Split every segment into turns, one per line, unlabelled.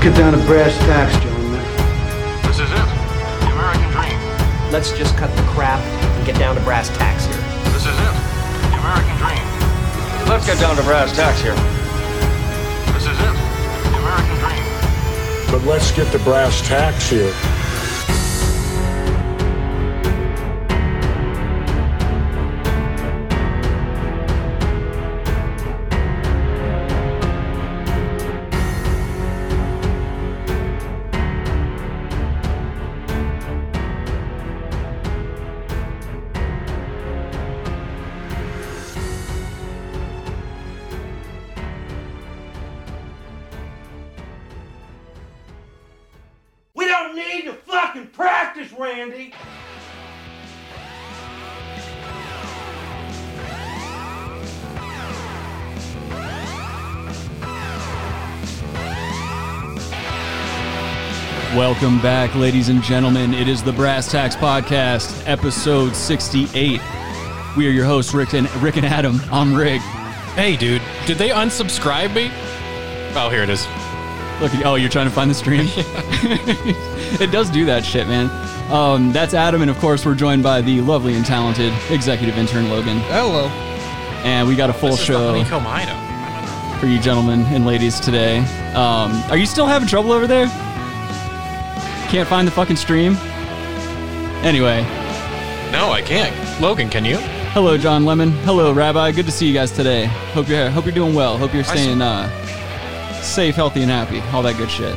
get down to brass tacks, gentlemen.
This is it. The American dream.
Let's just cut the crap and get down to brass tacks here.
This is it. The American dream.
Let's get down to brass tacks here.
This is it. The American dream.
But let's get to brass tacks here.
We don't need to fucking practice, Randy.
Welcome back, ladies and gentlemen. It is the Brass Tax Podcast, episode 68. We are your hosts, Rick and, Rick and Adam. I'm Rick.
Hey, dude, did they unsubscribe me? Oh, here it is.
Look, oh, you're trying to find the stream? it does do that shit, man. Um, that's Adam, and of course, we're joined by the lovely and talented executive intern, Logan.
Hello.
And we got a full
This is the
show
honeycomb item.
for you gentlemen and ladies today. Um, are you still having trouble over there? Can't find the fucking stream? Anyway,
No, I can't. Logan, can you?
Hello, John Lemon. Hello, Rabbi. Good to see you guys today. Hope you're hope you're doing well. Hope you're staying uh, safe, healthy, and happy. All that good shit.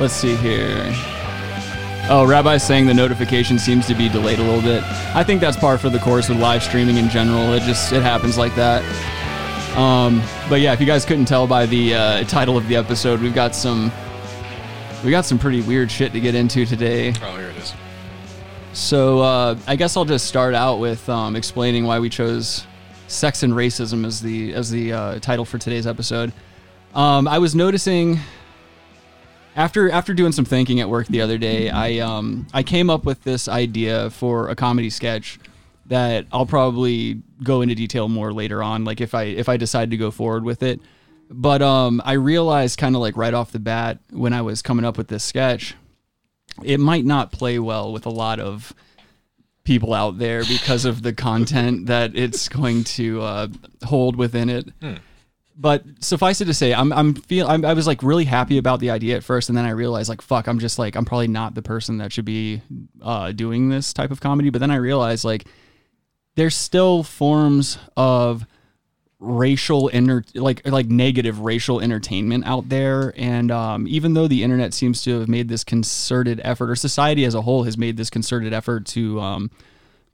Let's see here. Oh, Rabbi's saying the notification seems to be delayed a little bit. I think that's par for the course with live streaming in general. It just it happens like that. Um, but yeah, if you guys couldn't tell by the uh, title of the episode, we've got some we got some pretty weird shit to get into today.
Oh, here it is.
So uh, I guess I'll just start out with um, explaining why we chose "Sex and Racism" as the as the uh, title for today's episode. Um, I was noticing after after doing some thinking at work the other day, I um, I came up with this idea for a comedy sketch that I'll probably go into detail more later on, like if I if I decide to go forward with it. But um, I realized kind of like right off the bat when I was coming up with this sketch it might not play well with a lot of people out there because of the content that it's going to uh, hold within it. But suffice it to say, I'm I'm feel I'm, I was like really happy about the idea at first, and then I realized like fuck, I'm just like I'm probably not the person that should be uh, doing this type of comedy. But then I realized like there's still forms of racial inter- like like negative racial entertainment out there and um, even though the internet seems to have made this concerted effort or society as a whole has made this concerted effort to um,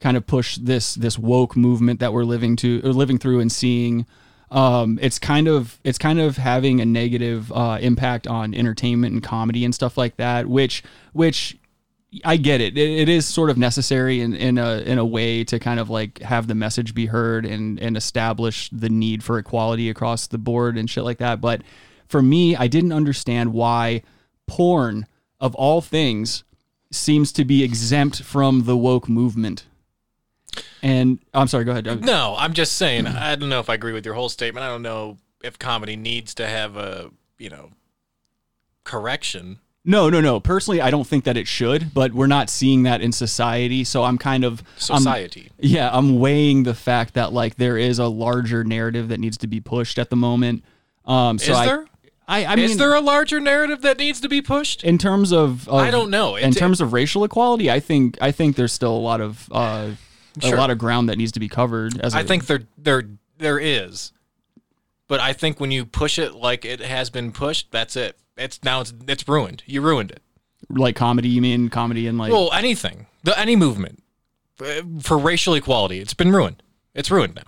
kind of push this this woke movement that we're living to or living through and seeing um, it's kind of it's kind of having a negative uh, impact on entertainment and comedy and stuff like that which which I get it. it. It is sort of necessary in, in a in a way to kind of like have the message be heard and and establish the need for equality across the board and shit like that. But for me, I didn't understand why porn of all things seems to be exempt from the woke movement. And I'm sorry, go ahead.
No, I'm just saying. I don't know if I agree with your whole statement. I don't know if comedy needs to have a, you know, correction.
No, no, no. Personally, I don't think that it should, but we're not seeing that in society. So I'm kind of I'm-
Society.
yeah, I'm weighing the fact that like there is a larger narrative that needs to be pushed at the moment. Um, so
Is
I,
there?
I, I mean,
is there a larger narrative that needs to be pushed?
in terms of, of-
I don't know.
in
It's-
terms of racial equality, I think I think there's still a lot of uh,
Sure.
a lot of ground that needs to be covered. As
I
a-
think there there there is, but I think when you push it like it has been pushed, that's it. It's now it's it's ruined. You ruined it.
like comedy, you mean comedy and like
Well, anything, the, any movement uh, for racial equality, it's been ruined. It's ruined now.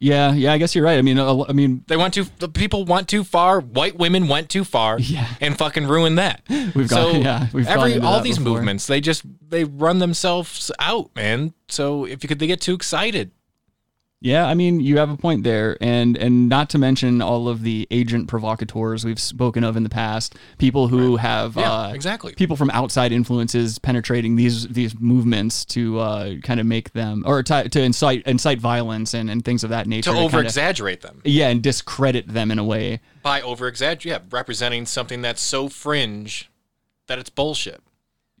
yeah, yeah. I guess you're right. I mean, a- I mean,
They went too. The people went too far. White women went too far
Yeah.
and fucking ruined that.
We've
so
gone- yeah, we've gone
every
into
all
that
these
before.
movements, they just they run themselves out, man. So if you could, they get too excited.
Yeah, I mean, you have a point there, and and not to mention all of the agent provocateurs we've spoken of in the past, people who have
Yeah,
uh,
exactly.
people from outside influences penetrating these these movements to uh, kind of make them or to, to incite incite violence and, and things of that nature
to
kind of-
over exaggerate them
yeah, and discredit them in a way.
by over exaggerate, yeah, representing something that's so fringe that it's bullshit.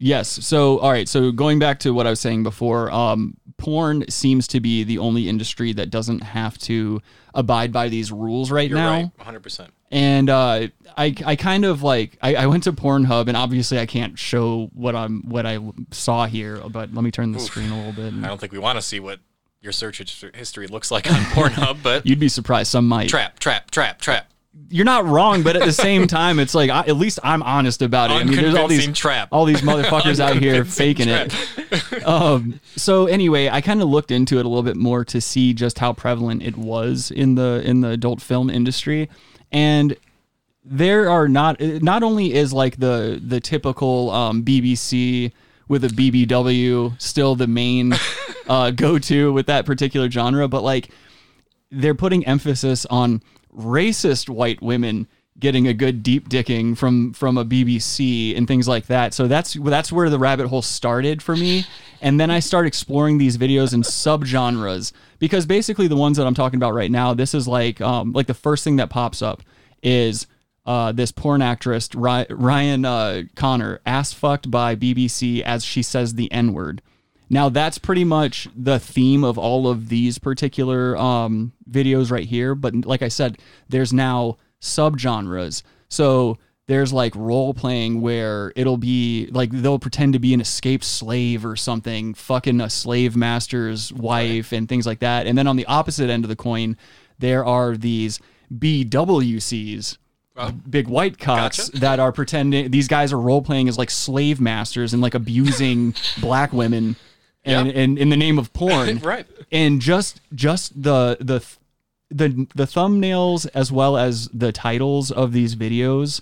Yes. So, all right. So, going back to what I was saying before, um, porn seems to be the only industry that doesn't have to abide by these rules right
You're
now.
right, 100. percent
and uh, I I kind of like I, I went to Pornhub and obviously I can't show what I'm what I saw here, but let me turn the screen a little bit.
I
And
don't think we want to see what your search his- history looks like on Pornhub, but
you'd be surprised. Some might.
trap, trap, trap, trap.
You're not wrong, but at the same time, it's like I, at least I'm honest about it. I mean, there's all these
Unconvincing trap.
all these motherfuckers out here faking
trap.
it. um, so anyway, I kind of looked into it a little bit more to see just how prevalent it was in the in the adult film industry, and there are not not only is like the the typical um, BBC with a BBW still the main uh, go to with that particular genre, but like they're putting emphasis on racist white women getting a good deep dicking from from a BBC and things like that. So that's that's where the rabbit hole started for me. And then I start exploring these videos in subgenres because basically the ones that I'm talking about right now, this is like um, like the first thing that pops up is uh, this porn actress Ry- Ryan uh, Connor ass fucked by BBC as she says the N word. Now that's pretty much the theme of all of these particular um, videos right here. But like I said, there's now subgenres. So there's like role playing where it'll be like they'll pretend to be an escaped slave or something, fucking a slave master's wife and things like that. And then on the opposite end of the coin, there are these BWCs, big white cocks that are pretending these guys are role playing as like slave masters and like abusing black women and, and in the name of porn
Right.
and just just the the th- the the thumbnails as well as the titles of these videos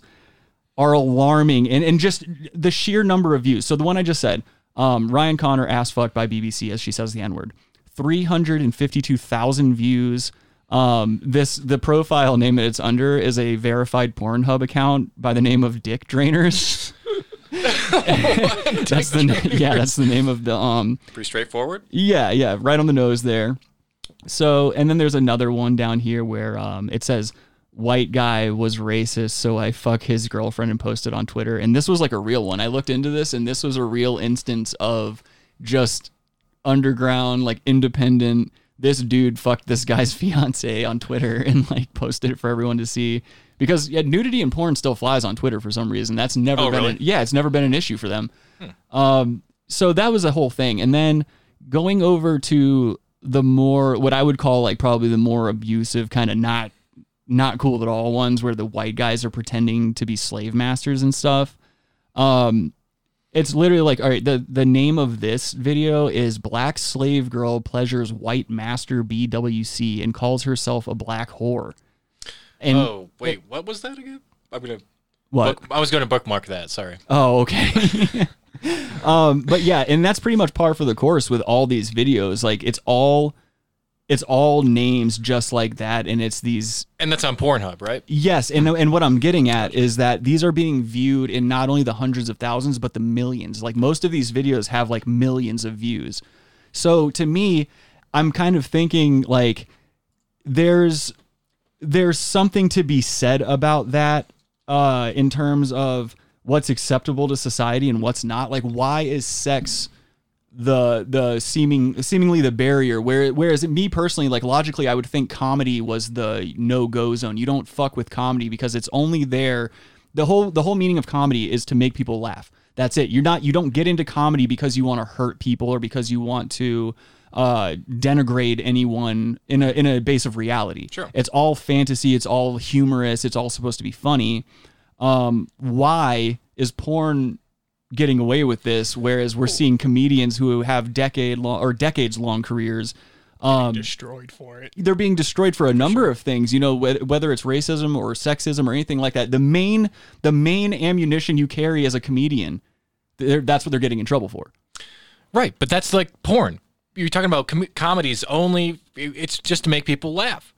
are alarming and, and just the sheer number of views. So the one I just said, um, Ryan Connor ass fucked by BBC as she says the N word. 352,000 views. Um, this the profile name that it's under is a verified Pornhub account by the name of Dick Drainers. that's the na- yeah, that's the name of the um
Pretty straightforward.
yeah, yeah, right on the nose there. So, and then there's another one down here where um, it says white guy was racist, so I fuck his girlfriend and posted on Twitter. And this was like a real one. I looked into this, and this was a real instance of just underground, like independent. This dude fucked this guy's fiance on Twitter and like posted it for everyone to see because yeah, nudity and porn still flies on Twitter for some reason. That's never
Oh,
been
really?
an, yeah, it's never been an issue for them so that was a whole thing and then going over to the more what i would call like probably the more abusive kind of not not cool at all ones where the white guys are pretending to be slave masters and stuff um it's literally like all right the the name of this video is black slave girl pleasures white master bwc and calls herself a black whore and
Oh wait, what was that again? I'm gonna.
what
book- I was gonna bookmark that. Sorry.
Oh, okay. um, but yeah, and that's pretty much par for the course with all these videos. Like it's all it's all names just like that and it's these
And that's on Pornhub, right?
yes and, and what i'm getting at is that these are being viewed in not only the hundreds of thousands but the millions like most of these videos have like millions of views so to me i'm kind of thinking like there's there's something to be said about that uh, in terms of what's acceptable to society and what's not. Like, why is sex the the seeming seemingly the barrier? Where whereas me personally, like logically, I would think comedy was the no go zone. You don't fuck with comedy because it's only there. The whole the whole meaning of comedy is to make people laugh. That's it. You're not you don't get into comedy because you want to hurt people or because you want to uh, denigrate anyone in a in a base of reality.
Sure.
It's all fantasy. It's all humorous. It's all supposed to be funny. Um, why is porn getting away with this? Whereas we're seeing comedians who have decade long or decades long careers um,
destroyed for it.
they're being destroyed for a number of things you know whe- whether it's racism or sexism or anything like that the main the main ammunition you carry as a comedian they're- that's what they're getting in trouble for
Right, but that's like porn. you're talking about com- comedies only. It's just to make people laugh.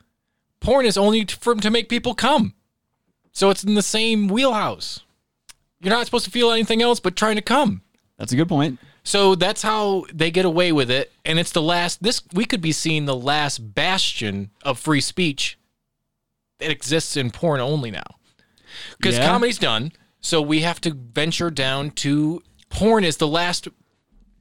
Porn is only t- for to make people come. So it's in the same wheelhouse. You're not supposed to feel anything else but trying to come.
That's a good point.
So that's how they get away with it, and it's the last. This we could be seeing the last bastion of free speech that exists in porn only now, because
Yeah.
comedy's done. So we have to venture down to porn is the last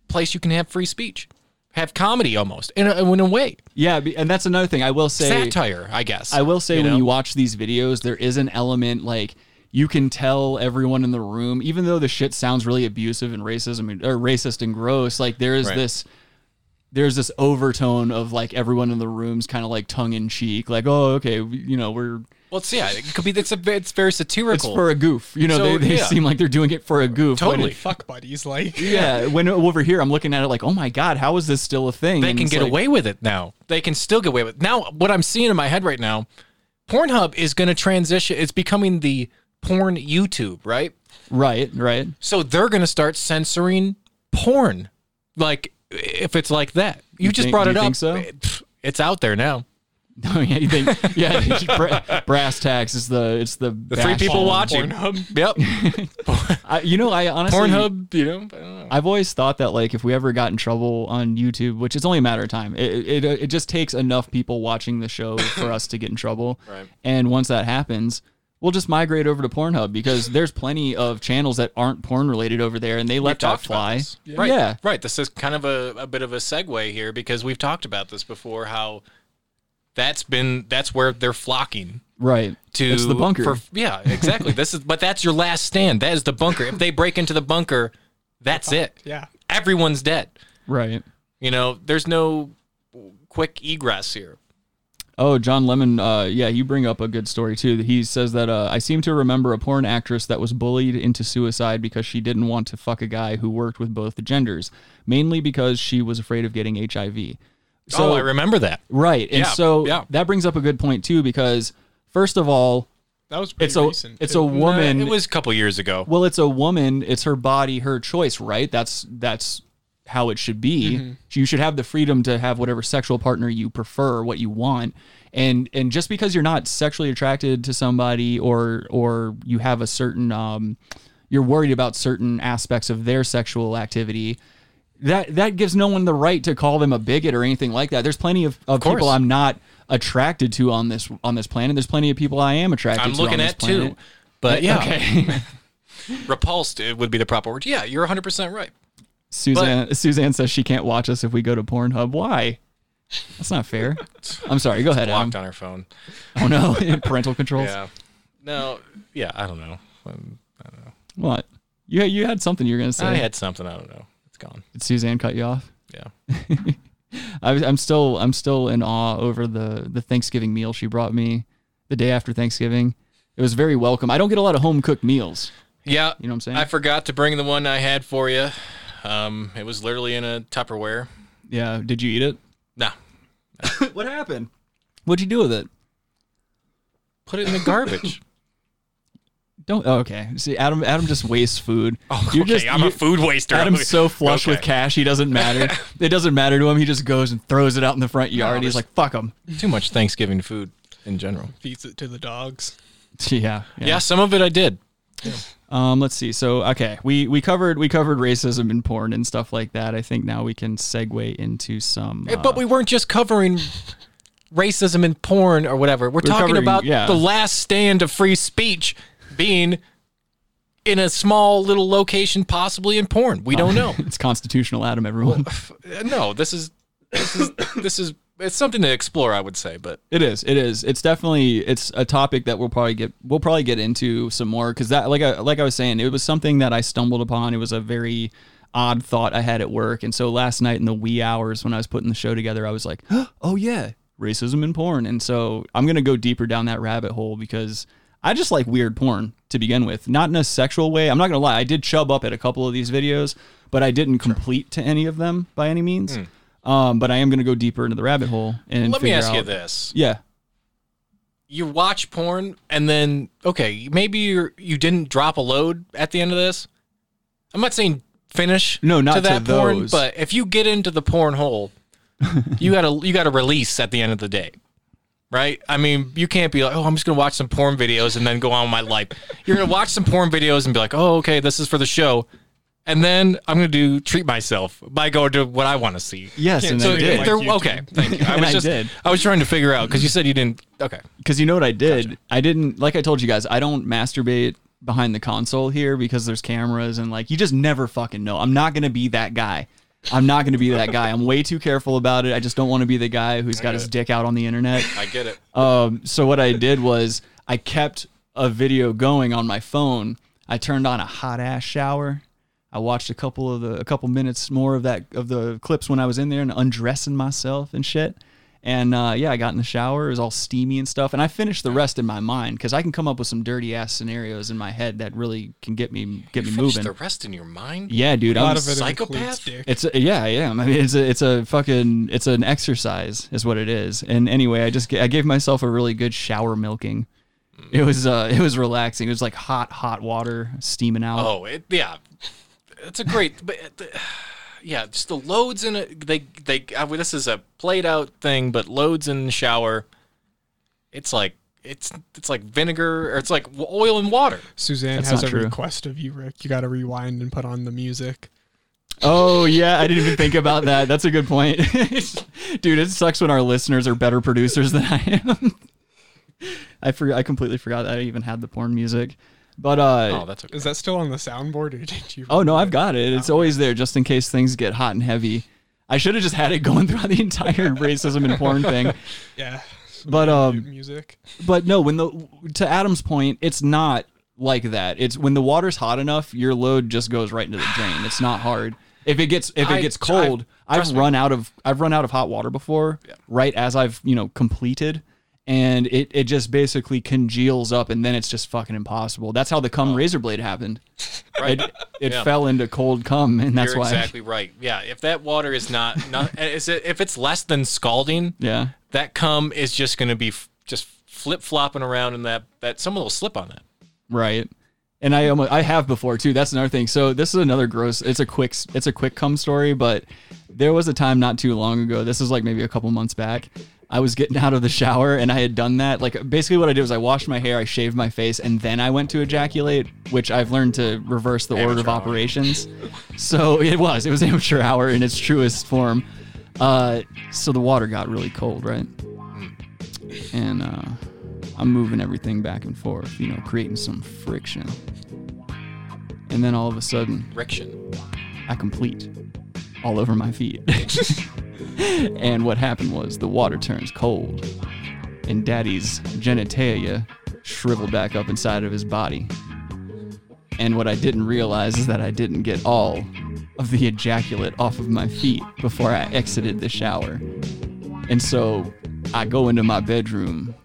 place you can have free speech, have comedy almost in a, in a way
Yeah, be- and that's another thing I will say.
satire, I guess.
I will say when
know?
you watch these videos, there is an element like you can tell everyone in the room, even though the shit sounds really abusive and racism and- or racist and gross. Like there is
Right.
this, there's this overtone of like everyone in the room's kind of like tongue in cheek, like oh okay, we- you know we're
Well, it's, yeah, it could be. It's a, it's very
it's
satirical.
for a goof. You know
So,
they, they
yeah.
seem like they're doing it for a goof. when
totally.
it-
Fuck buddies, like
yeah, when over here I'm looking at it like, oh my god, how is this still a thing?
they
And
can
it's
get
like-
away with it now. They can still get away with it. Now, what I'm seeing in my head right now, Pornhub is going to transition. It's becoming the porn YouTube, right?
Right, right.
So they're going to start censoring porn. Like, if it's like that. You,
You
just
think-
brought
you
it up.
think so?
It- It's out there now.
Oh yeah, you think yeah, it's bra- brass tacks is the it's the
The three people watching.
Pornhub.
Yep.
I, you know, I honestly
Pornhub, you know, I don't know.
I've always thought that like if we ever got in trouble on YouTube, which it's only a matter of time, it it, it just takes enough people watching the show for us to get in trouble. Right. And once that happens, we'll just migrate over to Pornhub because there's plenty of channels that aren't porn related over there, and they let that
talked about
fly.
this. Right.
Yeah.
Right. This is kind of a, a bit of a segue here because we've talked about this before how that's been that's where they're flocking
Right.
to
it's the bunker.
for- yeah, exactly. this is but that's your last stand. That is the bunker. If they break into the bunker, that's it.
Yeah.
Everyone's dead.
right.
You know, there's no quick egress here.
Oh, John Lemon. Uh, yeah, you bring up a good story too. He says that uh, I seem to remember a porn actress that was bullied into suicide because she didn't want to fuck a guy who worked with both the genders, mainly because she was afraid of getting HIV. So
oh, I remember that.
right, and
Yeah,
so
yeah.
that brings up a good point too because first of all,
That was pretty
it's a
recent.
it's
too.
a woman.
it was a couple years ago.
well, it's a woman. It's her body, her choice, right? That's that's how it should be.
Mm-hmm.
You should have the freedom to have whatever sexual partner you prefer, what you want. And and just because you're not sexually attracted to somebody or or you have a certain um you're worried about certain aspects of their sexual activity, that that gives no one the right to call them a bigot or anything like that. There's plenty of, of,
course.
people I'm not attracted to on this on this planet. There's plenty of people I am attracted
I'm
to. on
looking
this
at two.
planet.
But yeah,
Okay.
repulsed it would be the proper word. Yeah, you're 100% right.
Suzanne Suzanne says she can't watch us if we go to Pornhub. Why? That's not fair. I'm sorry. Go ahead. Adam.
Locked on her phone.
Oh no, parental controls.
Yeah. No. Yeah, I don't know. Um,
What? You you had something you were gonna say.
I had something. I don't know. It's gone.
Did Suzanne cut you off?
Yeah.
I, was- I'm still I'm still in awe over the the Thanksgiving meal she brought me the day after Thanksgiving. It was very welcome. I don't get a lot of home cooked meals.
Yeah. You
know what I'm saying?
I forgot to bring the one I had for you. Um, it was literally in a Tupperware.
Yeah. Did you eat it?
Nah.
What happened? What'd you do with it?
Put it in the garbage.
Don't. Oh, okay. See, Adam. Adam just wastes food. Oh,
okay, I'm a food waster.
Adam's so flush
Okay.
with cash, he doesn't matter. it doesn't matter to him. He just goes and throws it out in the front yard. He's
there's-
like, "Fuck him."
Too much Thanksgiving food in general.
feeds it to the dogs.
Yeah,
Yeah, some of it I did.
Um, let's see. So, okay, we we covered we covered racism and porn and stuff like that. I think now we can segue into some. uh,
but we weren't just covering racism and porn or whatever. We're, talking
covering-
about
yeah.
the last stand of free speech being in a small little location, possibly in porn. We don't know.
it's constitutional, Adam. Everyone,
Uh, no, this is this is this is it's something to explore, I would say, but
it is. It is. It's definitely. It's a topic that we'll probably get. We'll probably get into some more because that, like I like I was saying, it was something that I stumbled upon. It was a very odd thought I had at work, and so last night in the wee hours when I was putting the show together, I was like, "Oh yeah, racism and porn." And so I'm gonna go deeper down that rabbit hole because I just like weird porn to begin with, not in a sexual way. I'm not gonna lie, I did chub up at a couple of these videos, but I didn't complete to any of them by any means. Um, but I am gonna go deeper into the rabbit hole and
Hmm. let me
figure
ask you
out-
this.
Yeah,
You watch porn and then okay, maybe you you didn't drop a load at the end of this. I'm not saying finish
No, not
to that
to
porn,
those.
but if you get into the porn hole you gotta you gotta release at the end of the day, right? I mean, you can't be like, oh, I'm just gonna watch some porn videos and then go on with my life. You're gonna watch some porn videos and be like, oh, okay, this is for the show, and then I'm gonna do treat myself by going to what I want to see.
Yes, and
so
I did.
if they're-
Like you
okay, thank you. I
And
was
I
just
did.
I was trying to figure out because you said you didn't. Okay,
Because you know what I did? I didn't, like I told you guys, I don't masturbate behind the console here because there's cameras and like you just never fucking know. I'm not going to be that guy. I'm not going to be that guy. I'm way too careful about it. I just don't want to be the guy who's got his dick out on the internet.
I get it.
Um, so what I did was I kept a video going on my phone. I turned on a hot ass shower. I watched a couple of the a couple minutes more of that of the clips when I was in there and undressing myself and shit. And uh, yeah, I got in the shower. It was all steamy and stuff. And I finished the rest in my mind because I can come up with some dirty ass scenarios in my head that really can get me get me
Finish
moving.
the rest in your mind.
yeah, dude.
A lot
I'm
of it
psychopath?
includes dick.
it's a, yeah, I am. I mean, it's a, it's a fucking, it's an exercise, is what it is. And anyway, I just, g- I gave myself a really good shower milking. It was, uh, it was relaxing. It was like hot, hot water steaming out.
Oh, it, yeah, it's a great, but uh, the- yeah, just the loads in it. They they I mean, this is a played out thing, but loads in the shower. It's like it's it's like vinegar or it's like w- oil and water.
Suzanne
That's
has
not
a
true.
request of you, Rick. You got to rewind and put on the music.
Oh, yeah, I didn't even think about that. That's a good point, dude. It sucks when our listeners are better producers than I am. I for, I completely forgot that I even had the porn music, but uh,
Oh, that's okay.
Is that still on the soundboard, or did you?
Oh no, I've got it. It's always there just in case things get hot and heavy. I should have just had it going throughout the entire racism and porn thing.
Yeah.
But um
music.
but no, when the to Adam's point, it's not like that. It's when the water's hot enough, your load just goes right into the drain. It's not hard. If it gets if
I-
it gets cold,
I-
I've,
trust me.
run out of I've run out of hot water before, right as I've, you know, completed and it, it just basically congeals up and then it's just fucking impossible. That's how the cum razor blade happened.
Right.
It, it
Oh. Yeah.
fell into cold cum and that's
You're
why
exactly right. Yeah, if that water is not not is it, if it's less than scalding,
Yeah.
that cum is just going to be f- just flip flopping around, and that that someone will slip on that.
Right. And I almost, I have before too. That's another thing. So this is another gross. It's a quick it's a quick cum story, but there was a time not too long ago. This is like maybe a couple months back. I was getting out of the shower and I had done that. Like basically what I did was I washed my hair, I shaved my face, and then I went to ejaculate, which I've learned to reverse the order of
hour.
operations. So it was it was amateur hour in its truest form. Uh, so the water got really cold, right? And uh, I'm moving everything back and forth, you know, creating some friction. And then all of a sudden,
Friction.
I complete all over my feet. and what happened was the water turns cold, and Daddy's genitalia shriveled back up inside of his body. And what I didn't realize is that I didn't get all of the ejaculate off of my feet before I exited the shower. And so I go into my bedroom,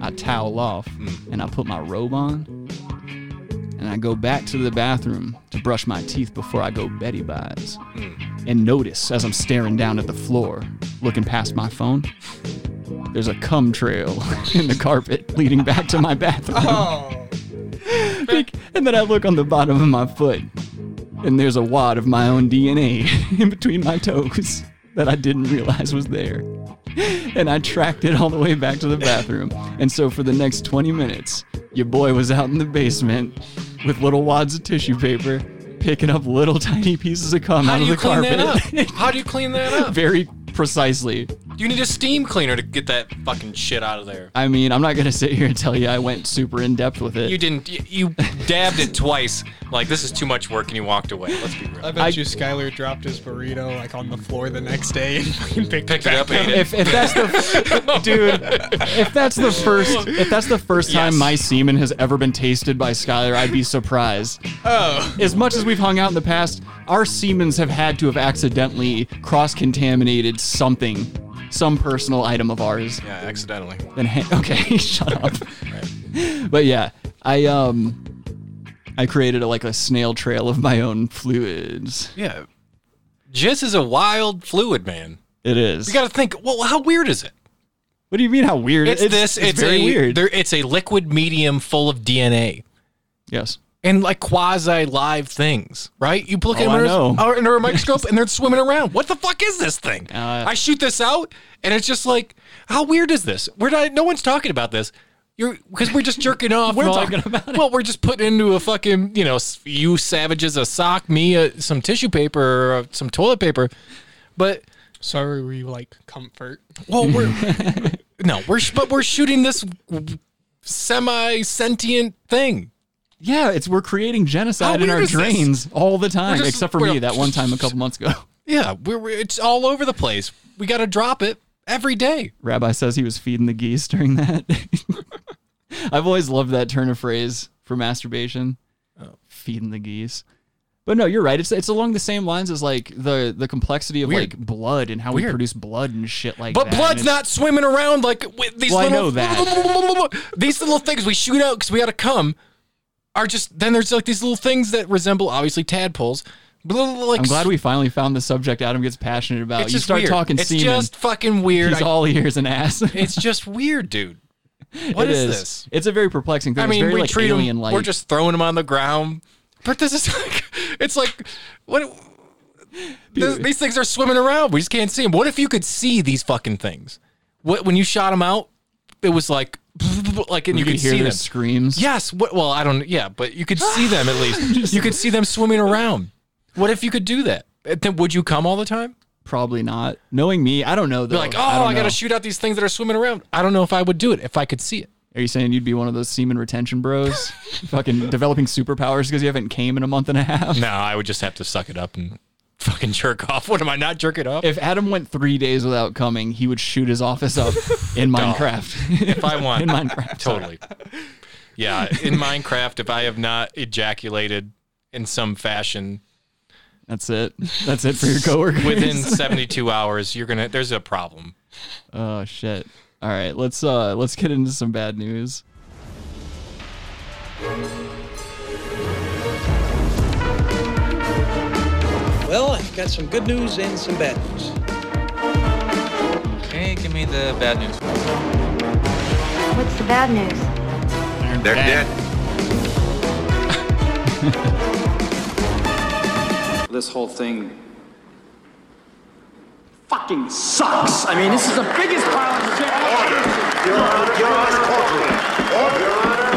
I towel off, and I put my robe on and I go back to the bathroom to brush my teeth before I go Betty Buys. And notice as I'm staring down at the floor, looking past my phone, there's a cum trail in the carpet leading back to my bathroom.
Oh,
Like, and then I look on the bottom of my foot, and there's a wad of my own DNA in between my toes that I didn't realize was there. And I tracked it all the way back to the bathroom. And so for the next 20 minutes, your boy was out in the basement with little wads of tissue paper, picking up little tiny pieces of cum
How
out
do
of
you
the
clean
carpet.
that up? How do you clean that up?
Very precisely.
You need a steam cleaner to get that fucking shit out of there.
I mean, I'm not going to sit here and tell you I went super in depth with it.
You didn't. You, you dabbed it twice. Like this is too much work, and you walked away. Let's be
I
real.
bet you Skylar dropped his burrito like on the floor the next day and fucking picked
Picked it up, ate it.
if, if that's the dude, if that's the first, if that's the first time
Yes.
my semen has ever been tasted by Skylar, I'd be surprised.
Oh,
As much as we've hung out in the past, our semens have had to have accidentally cross-contaminated something, some personal item of ours.
Yeah, accidentally.
Then ha- okay, shut up. But yeah, I um, I created a, like a snail trail of my own fluids.
Yeah. Jizz is a wild fluid, man.
It is.
You got to think. Well, how weird is it?
what do you mean? How weird?
It's, this. It's,
very
a,
weird.
There, it's a liquid medium full of DNA.
Yes.
and like quasi live things, right? You look at
Oh, I
them under,
know.
or under a microscope and they're swimming around. What the fuck is this thing?
Uh,
I shoot this out and it's just like, how weird is this? We're not, no one's talking about this. You're because we're just jerking off.
We're
and all-
talking about it.
Well, we're just putting into a fucking, you know, s- you savages a sock, me a, some tissue paper or uh, some toilet paper. But
Sorry, were you like comfort?
Oh,
well, we're no, we're sh- but we're shooting this semi sentient thing.
Yeah, it's we're creating genocide
How
in our
weird Oh, is this?
drains all the time,
just-
except for
we're-
me that one time a couple months ago.
Yeah, we're, we're- it's all over the place. We got to drop it every day.
Rabbi says he was feeding the geese during that. I've always loved that turn of phrase for masturbation,
Oh.
feeding the geese. But no, you're right. It's it's along the same lines as like the the complexity of
Weird.
like blood and how we
Weird.
produce blood and shit like
But
that. And
blood's
it's-
not swimming around like with these
Well, I
little
know that.
these little things we shoot out because we got to come are just then there's like these little things that resemble obviously tadpoles. Blah, blah, blah, like
I'm glad we finally found the subject Adam gets passionate about.
It's
you
just
start
weird.
talking
It's
semen.
just fucking weird.
he's
I-
all ears and ass.
it's just weird, dude. What
It
is
is.
this?
It's a very perplexing thing.
I
it's
mean,
very
we
like
treat
alien
them.
like.
We're just throwing them on the ground. But this is like, it's like, what? th- these things are swimming around. We just can't see them. What if you could see these fucking things? What when you shot them out? It was like, like, and you,
you
could
could hear
see
their
them.
screams.
Yes. What, well, I don't. Yeah, but you could see them at least. you could see them swimming around. What if you could do that? Uh, Then would you come all the time?
Probably not. Knowing me, I don't know though.
Be like, oh,
I,
I,
don't know.
gotta shoot out these things that are swimming around. I don't know if I would do it if I could see it.
Are you saying you'd be one of those semen retention bros? Fucking developing superpowers because you haven't came in a month and a half?
No, I would just have to suck it up and fucking jerk off. What am I not jerking off? If,
If Adam went three days without coming, he would shoot his office up in Minecraft.
I want,
in Minecraft.
totally. Yeah, in Minecraft, if I have not ejaculated in some fashion
That's it. That's it for your coworkers.
within 72 hours, you're gonna there's a problem.
Oh shit. All right, let's uh let's get into some bad news.
Well, I got some good news and some bad news.
Okay, give me the bad news.
What's the bad news?
They're dead.
This whole thing fucking sucks. I mean, this is the biggest pile of shit. I've ever seen.
Your Honor, Your Honor, Your Honor,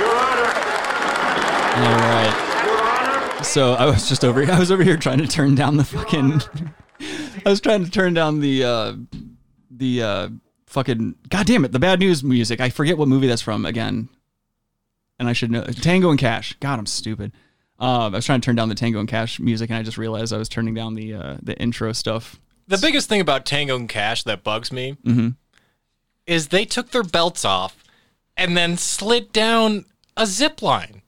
Your Honor,
All right.
Your Honor.
So I was just over I was over here trying to turn down the fucking I was trying to turn down the uh the uh fucking god damn it, the bad news music. I forget what movie that's from again. And I should know Tango and Cash. God, I'm stupid. Um, I was trying to turn down the Tango and Cash music, and I just realized I was turning down the uh, the intro stuff.
The biggest thing about Tango and Cash that bugs me
Mm-hmm.
is they took their belts off and then slid down a zip line.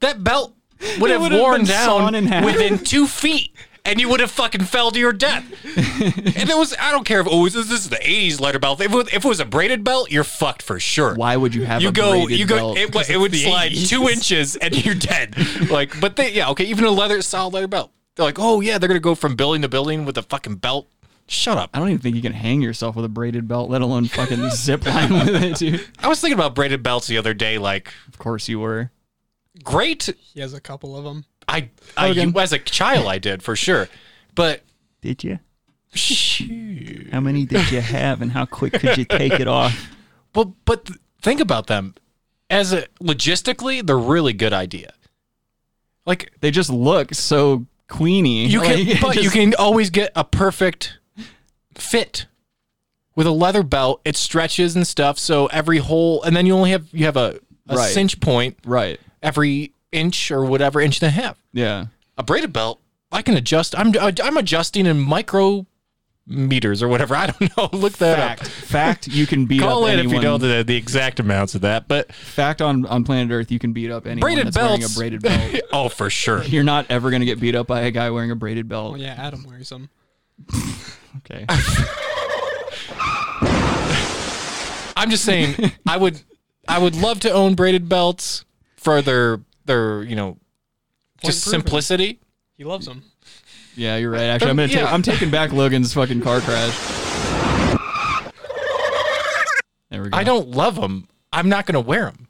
That belt would have
would have
worn
been sawn in half.
down within two feet. And you would have fucking fell to your death. and it was, I don't care if, oh, this is the 80s letter belt. If it, was, if it was a braided belt, you're fucked for sure.
Why would you have
you
a
go,
braided
you go,
belt?
it, wa-
'Cause
it would
it's the
slide
80s.
two inches and you're dead. like, but they, yeah, okay, even a leather, solid leather belt. They're like, oh, yeah, they're going to go from building to building with a fucking belt. Shut up.
I don't even think you can hang yourself with a braided belt, let alone fucking zip line with it, dude.
I was thinking about braided belts the other day. Like,
Of course you were.
great.
He has a couple of them.
I, I
Logan.
as a child, I did for sure. But
Did you? How many did you have, and how quick could you take it off?
but but th- think about them as a logistically, they're really good idea. Like
They just look so queeny.
you can,
Like,
but you
just-
can always get a perfect fit with a leather belt. It stretches and stuff, so every hole, and then you only have you have a, a
Right.
cinch point
Right.
every inch or whatever inch and a half.
Yeah.
a braided belt, I can adjust. I'm I'm adjusting in micro meters or whatever. I don't know. Look that
Fact.
up.
Fact. You can beat
Call
up
it if you
anyone.
know the, the exact amounts of that. But
Fact on, on planet Earth, you can beat up anyone
braided
that's wearing a
belts.
braided belt.
oh, for sure.
You're not ever gonna get beat up by a guy wearing a braided
Oh
belt.
yeah, Adam wears them.
Okay.
I'm just saying. I would I would love to own braided belts for their their you know just
proven.
simplicity.
He loves them.
Yeah, you're right. Actually, I'm gonna
Yeah.
take, I'm taking back Logan's fucking car crash. There we go.
I don't love them. I'm not going to wear them.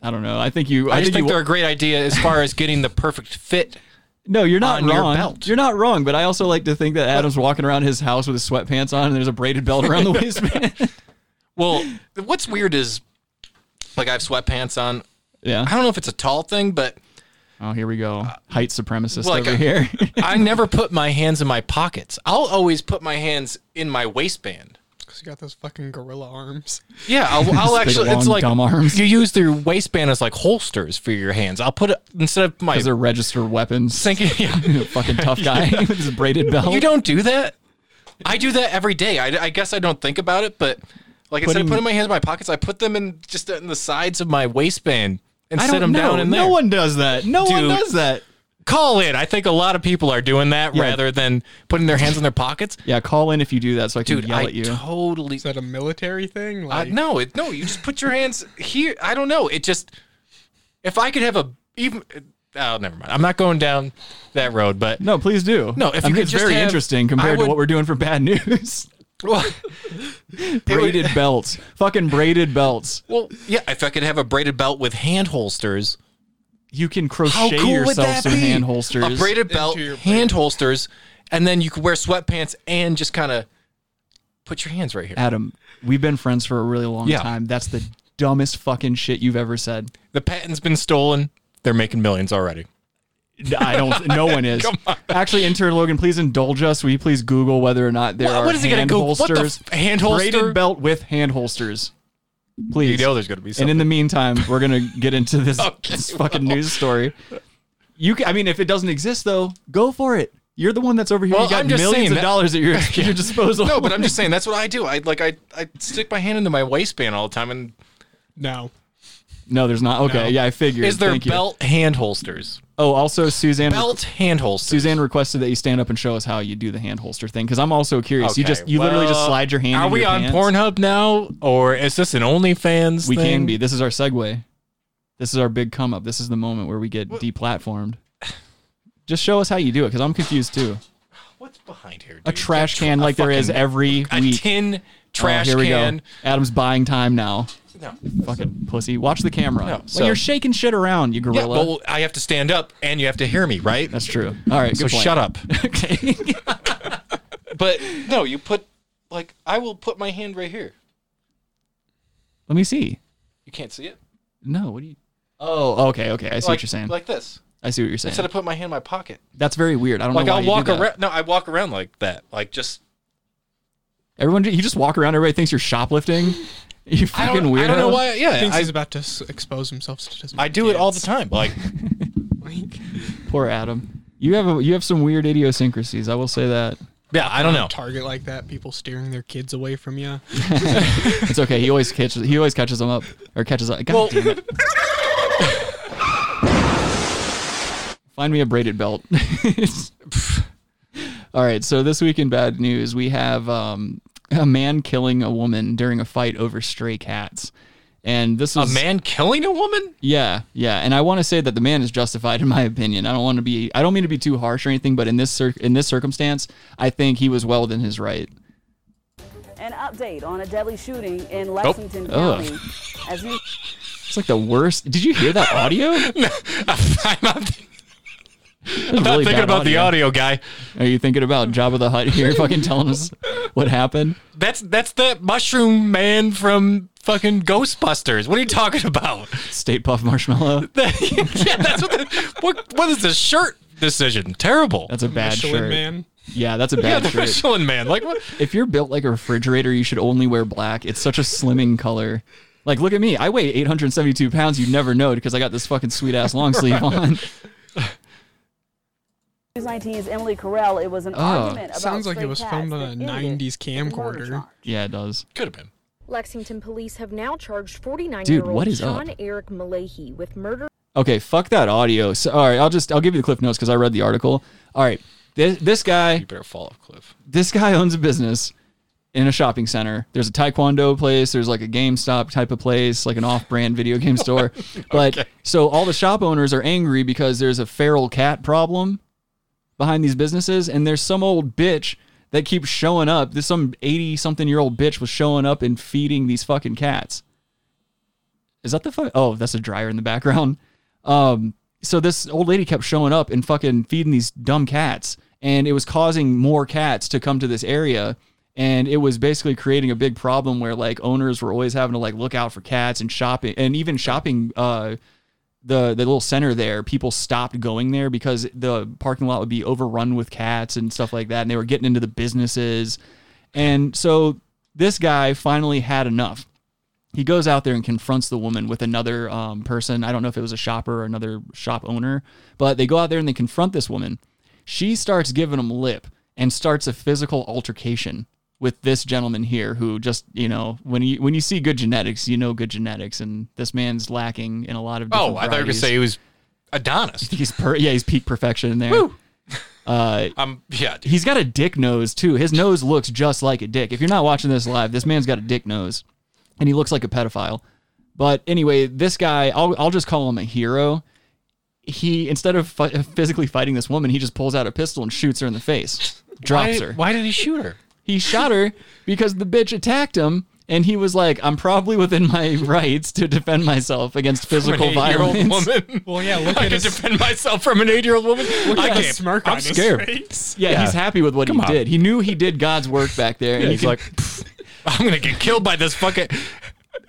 I don't know. I think you.
I, just
think,
think
you,
they're a great idea as far as getting the perfect fit.
No, you're not
on your
wrong.
belt.
You're not wrong, but I also like to think that Adam's walking around his house with his sweatpants on and there's a braided belt around the waistband.
Well, what's weird is, like, I have sweatpants on.
Yeah.
I don't know if it's a tall thing, but
Oh, here we go. Height supremacist
Uh, like
over
a-
here.
I never put my hands in my pockets. I'll always put my hands in my waistband.
Because you got those fucking gorilla arms.
Yeah, I'll, I'll
Big,
actually.
long,
it's like
dumb arms.
you use their waistband as like holsters for your hands. I'll put it instead of my
Because they're registered weapons.
thinking. Yeah.
Fucking tough guy with his braided belt.
You don't do that. I do that every day. I, I guess I don't think about it, but like instead
Putting-
of putting my hands in my pockets, I put them in just in the sides of my waistband and
I
set
don't
them
know.
down in there.
No one does that. No
Dude.
one does that.
Call in. I think a lot of people are doing that
Yeah.
rather than putting their hands in their pockets.
Yeah, call in if you do that so I can
Dude,
yell
I
at you.
totally.
Is that a military thing?
Uh,
Like,
no, it, no. You just put your hands here. I don't know. It just. If I could have a even. Oh, never mind. I'm not going down that road. But
no, please do.
No, if
I think
you could
it's
just
very
have-
interesting
I
compared to
would-
what we're doing for bad news.
well,
braided belts. Fucking braided belts.
well, yeah. If I could have a braided belt with hand holsters,
You can
How
crochet
cool would
yourself
that
some
be?
hand holsters.
a braided belt,
your
hand holsters, and then you could wear sweatpants and just kind of put your hands right here.
Adam, we've been friends for a really long
Yeah.
time. That's the dumbest fucking shit you've ever said.
The patent's been stolen. They're making millions already.
I don't. No one is. Actually, intern Logan, please indulge us. Will you please Google whether or not there
What-
are
what is he gonna
hand
Google? What the
holsters?
f- hand holster?
Braided belt with hand holsters. Please.
You know there's gonna be
and in
something.
the meantime, we're gonna get into this,
Okay,
this fucking news story. You, ca I mean, if it doesn't exist though, go for it. You're the one that's over here.
Well,
you got
I'm just
millions
saying
of
that-
dollars at your, at your disposal.
No, but I'm just saying that's what I do. I like I I stick my hand into my waistband all the time. And
No.
No, there's not. Okay,
No.
yeah, I figured.
is there
Thank you.
belt hand holsters?
Oh, also Suzanne.
Belt hand holsters.
Suzanne requested that you stand up and show us how you do the hand holster thing because I'm also curious. You
Okay,
just you literally just
well,
slide your hand.
Are
into
we
your
on
pants.
Pornhub now, or is this an OnlyFans?
We
thing?
can be. This is our segue. This is our big come up. This is the moment where we get deplatformed. Just show us how you do it because I'm confused too.
What's behind here? Dude?
A trash can like there is
fucking-
every
a
week.
tin
Oh,
trash
here we
can.
go. Adam's buying time now.
No.
Fucking pussy. Watch the camera.
No,
When
so-
you're shaking shit around, you
Yeah,
gorilla.
well, I have to stand up and you have to hear me, right?
That's true. All right.
so
good point.
shut up.
okay.
But no, you put like I will put my hand right here.
Let me see.
You can't see it.
No. What do you? Oh. Okay. Okay. I see
like,
what you're saying.
Like this.
I see what you're saying.
Instead of put my hand in my pocket.
That's very weird. I don't
Like
know. why
I'll
you do
walk
that.
around. No, I walk around like that. Like just.
Everyone, you just walk around. Everybody thinks you're shoplifting. You
I
fucking
don't,
weirdo.
I don't know why.
I
Yeah,
think
I,
he's about to s- expose himself to his
I do it all the time. Like
Poor Adam. You have a, you have some weird idiosyncrasies. I will say that.
yeah, I don't know.
Target like that, people steering their kids away from you.
It's okay. He always catches. He always catches them up or catches up. God
Well-
damn it. Find me a braided belt. All right. So this week in bad news, we have um, a man killing a woman during a fight over stray cats, and this
A
is
man killing a woman?
Yeah, yeah, and I want to say that the man is justified in my opinion. I don't want to be, I don't mean to be too harsh or anything, but in this cir- in this circumstance, I think he was well within his right.
An update on a deadly shooting in
Lexington
Ugh. County.
As new-
It's like the worst. Did you hear that audio? That
I'm not,
was
not
really
thinking
bad
about the audio guy.
Are you thinking about Job of the Hutt here, fucking telling us what happened?
That's that's the mushroom man from fucking Ghostbusters. What are you talking about?
State Puff Marshmallow.
yeah, that's what, the, what. What is this shirt decision? Terrible.
That's a bad
Michelin
shirt.
man.
Yeah, that's a
yeah,
bad
the
shirt.
Michelin man. Like what?
If you're built like a refrigerator, you should only wear black. It's such a slimming color. Like, look at me. I weigh 872 pounds. You never know because I got this fucking sweet ass long sleeve on.
News 19's Emily Carell. It was an
argument
about
Sounds like it was filmed on a 90s camcorder.
Yeah, it does.
Could have been.
Lexington police have now charged 49
Dude,
year
what
old
is up?
Sean Eric Malahi with murder
Okay, fuck that audio. So, all right, I'll just I'll give you the cliff notes because I read the article. All right, this, this guy
You better fall off cliff.
this guy owns a business in a shopping center. There's a taekwondo place. There's like a GameStop type of place, like an off-brand video game store. But so all the shop owners are angry because there's a feral cat problem behind these businesses, and there's some old bitch that keeps showing up. This some eighty-something year old bitch was showing up and feeding these fucking cats. Is that the fuck? Oh, that's a dryer in the background. Um, so this old lady kept showing up and fucking feeding these dumb cats, and it was causing more cats to come to this area, and it was basically creating a big problem where like owners were always having to like look out for cats and shopping, and even shopping. Uh, the the little center there, people stopped going there because the parking lot would be overrun with cats and stuff like that, and they were getting into the businesses. And so this guy finally had enough. He goes out there and confronts the woman with another um, person. I don't know if it was a shopper or another shop owner, but they go out there and they confront this woman. She starts giving him lip and starts a physical altercation with this gentleman here who just you know when you when you see good genetics you know good genetics and this man's lacking in a lot of
Oh,
different
I thought you were going to
varieties.
say he was Adonis.
he's per- yeah he's peak perfection in there
Woo.
uh
Um, yeah, dude.
he's got a dick nose too his nose looks just like a dick if you're not watching this live this man's got a dick nose and he looks like a pedophile but anyway this guy I'll I'll just call him a hero he instead of fi- physically fighting this woman he just pulls out a pistol and shoots her in the face drops
why,
her
Why did he shoot her?
he shot her because the bitch attacked him and he was like i'm probably within my rights to defend myself against physical
an eight-year-old
violence
woman.
Well, yeah, look
I can
at his
defend myself from an eight-year-old woman.
look
I
at the
can't.
smirk
I'm
on
scared.
his face.
yeah, he's happy with what
Come
he
on.
did he knew he did god's work back there and
And
he
he's like, "Pfft, I'm gonna get killed by this fucking.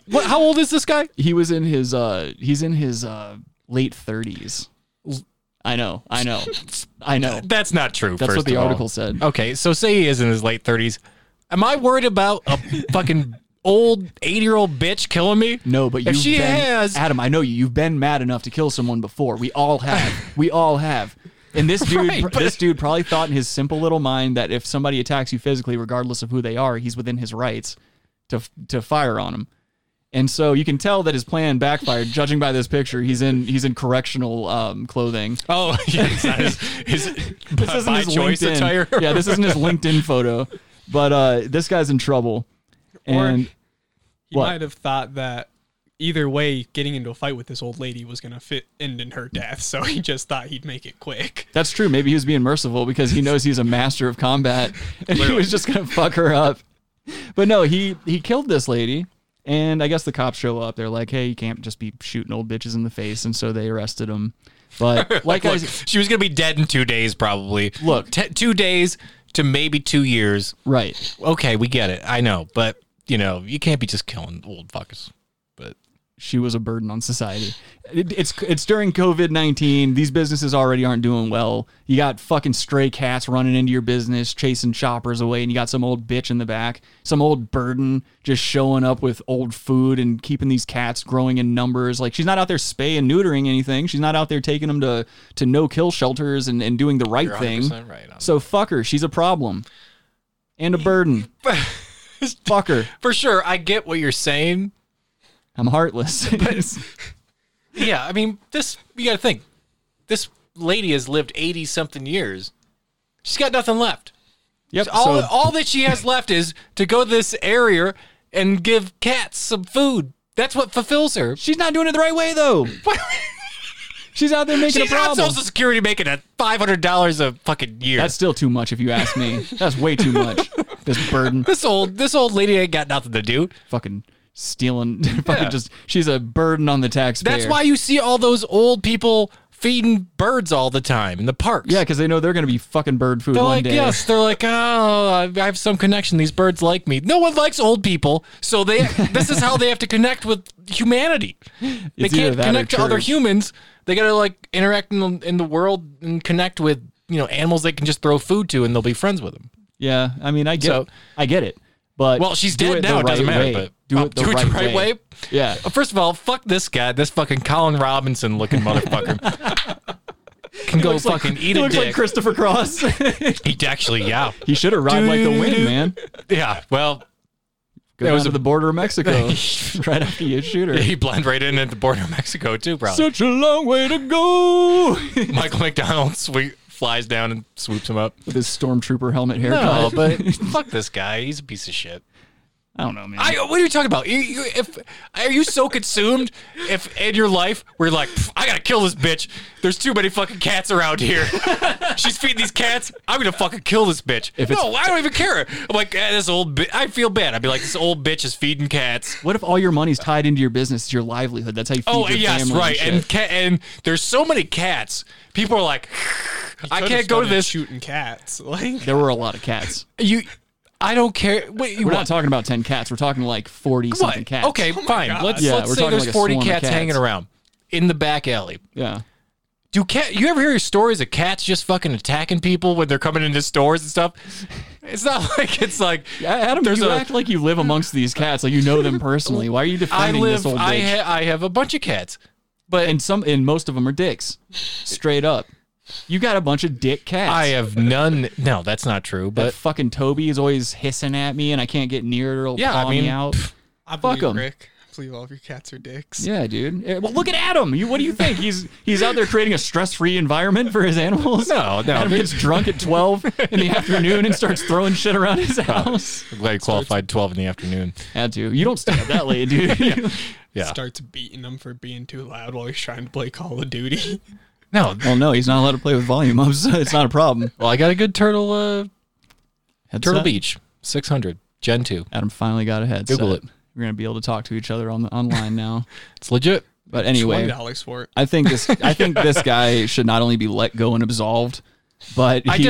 What? How old is this guy?
he was in his uh he's in his uh late 30s i know i know i know
That's not true.
that's
first
what the
of all.
article said
Okay, so say he is in his late 30s. Am I worried about a fucking old 80 year old bitch killing me?
no but
if
you've
she
been,
has,
adam i know you you've been mad enough to kill someone before we all have we all have and this dude
Right, but-
this dude probably thought in his simple little mind that if somebody attacks you physically regardless of who they are he's within his rights to to fire on him and so you can tell that his plan backfired judging by this picture he's in he's in correctional um, clothing
oh, yeah, it's not his, his,
this isn't
by
his
choice
LinkedIn.
attire.
yeah, this isn't his LinkedIn photo. But uh, this guy's in trouble. And
He
What?
might have thought that either way, getting into a fight with this old lady was going to fit end in her death, so he just thought he'd make it quick.
that's true. Maybe he was being merciful because he knows he's a master of combat, and he was just gonna fuck her up. But no, he he killed this lady, and I guess the cops show up. They're like, "Hey, you can't just be shooting old bitches in the face," and so they arrested him. But like I
Look, she was gonna be dead in two days, probably.
Look.
Te- two days to maybe two years.
right,
Okay, we get it. I know, but you know, you can't be just killing old fuckers. But
she was a burden on society. It, it's it's during COVID nineteen. These businesses already aren't doing well. You got fucking stray cats running into your business, chasing shoppers away, and you got some old bitch in the back, some old burden just showing up with old food and keeping these cats growing in numbers. Like she's not out there spay and neutering anything. She's not out there taking them to to no kill shelters and, and doing the right
you're
thing.
100% right. on
So fuck her. She's a problem and a burden. fuck her.
that. for sure, I get what you're saying.
I'm heartless.
Yeah, I mean, this you got to think. This lady has lived eighty something years. She's got nothing left.
yep.
All
so-
all that she has left is to go to this area and give cats some food. That's what fulfills her.
She's not doing it the right way though. She's out there making
She's
a
on
problem.
Social Security making a five hundred dollars a fucking year.
That's still too much if you ask me. That's way too much. This burden,
this old this old lady ain't got nothing to do.
fucking stealing, fucking
Yeah.
just. She's a burden on the taxpayer.
That's why you see all those old people feeding birds all the time in the parks.
Yeah, because they know they're gonna be fucking bird food
They're
one
like,
day.
yes. They're like, oh, I have some connection. These birds like me. No one likes old people, so they. this is how they have to connect with humanity. They
It's either
can't
that or
connect to other
church.
humans. They gotta like interact in the, in the world and connect with you know animals they can just throw food to, and they'll be friends with them.
Yeah, I mean, I get,
So-
I get it. But
Well, she's
do
dead
it the
now. it
right
doesn't matter.
way.
But uh,
do
I'll
it the right, way. Yeah.
First of all, fuck this guy. This fucking Colin Robinson looking motherfucker. Can go fucking eat
he
a
looks
dick.
like Christopher Cross.
he actually, yeah,
he should have ride like the wind,
Doo-doo.
man.
yeah. Well,
Go
That
down
was
to
a-
the border of Mexico, right after you shoot her.
He blend right in at the border of Mexico too, probably.
Such a long way to go.
Michael McDonald swe- flies down and swoops him up.
With his stormtrooper helmet haircut.
No, but fuck this guy. He's a piece of shit.
I don't know, man.
I, what are you talking about? You, you, if are you so consumed if in your life where you're like, "Pff, I gotta kill this bitch. There's too many fucking cats around here. She's feeding these cats. I'm gonna fucking kill this bitch.
If it's-
no, I don't even care. I'm like "Eh, this old. Bi-. I feel bad. I'd be like, this old bitch is feeding cats.
What if all your money's tied into your business, it's your livelihood? That's how you feed
Oh
your
yes,
family.
right.
And,
And
shit.
ca- and there's so many cats. People are like, I
could've
can't go to
started
this.
shooting cats. Like
there were a lot of cats.
You, I don't care. Wait,
We're
what?
not talking about ten cats. We're talking like forty something
What?
cats.
Okay,
Oh my
fine.
God.
Let's
Yeah,
let's
we're
say
talking
there's
like a
40
swarm of
cats,
cats.
hanging around in the back alley.
Yeah.
Do cat? You ever hear stories of cats just fucking attacking people when they're coming into stores and stuff? It's not like it's like
Yeah, Adam,
There's
you
a-
act like you live amongst these cats, like you know them personally. Why are you
I
defending
live.
this old bitch?
I ha- I have a bunch of cats, but
and some, and most of them are dicks, straight up. You got a bunch of dick cats.
I have none. No, that's not true.
That
But
fucking Toby is always hissing at me, and I can't get near it. Or it'll
Yeah, I
paw
mean,
me out.
I
Fuck
believe
'em.
Rick. I believe all of your cats are dicks.
Yeah, dude. Eh, Well, look at Adam. You, what do you think? He's he's out there creating a stress-free environment for his animals.
No, no.
Adam gets drunk at twelve in the afternoon and starts throwing shit around his house.
I'm glad I qualified 12 in the afternoon.
Uh, Had to. You don't stay up that late, dude.
Yeah.
Starts beating them for being too loud while he's trying to play Call of Duty.
No.
Well, no, he's not allowed to play with volume up, so it's not a problem.
Well, I got a good turtle. Uh,
Headset?
turtle Beach 600 Gen 2.
Adam finally got a headset.
Google it.
We're gonna be able to talk to each other on the online now.
It's legit.
But anyway,
One dollar for it.
I think this I think this guy should not only be let go and absolved, but
I
he-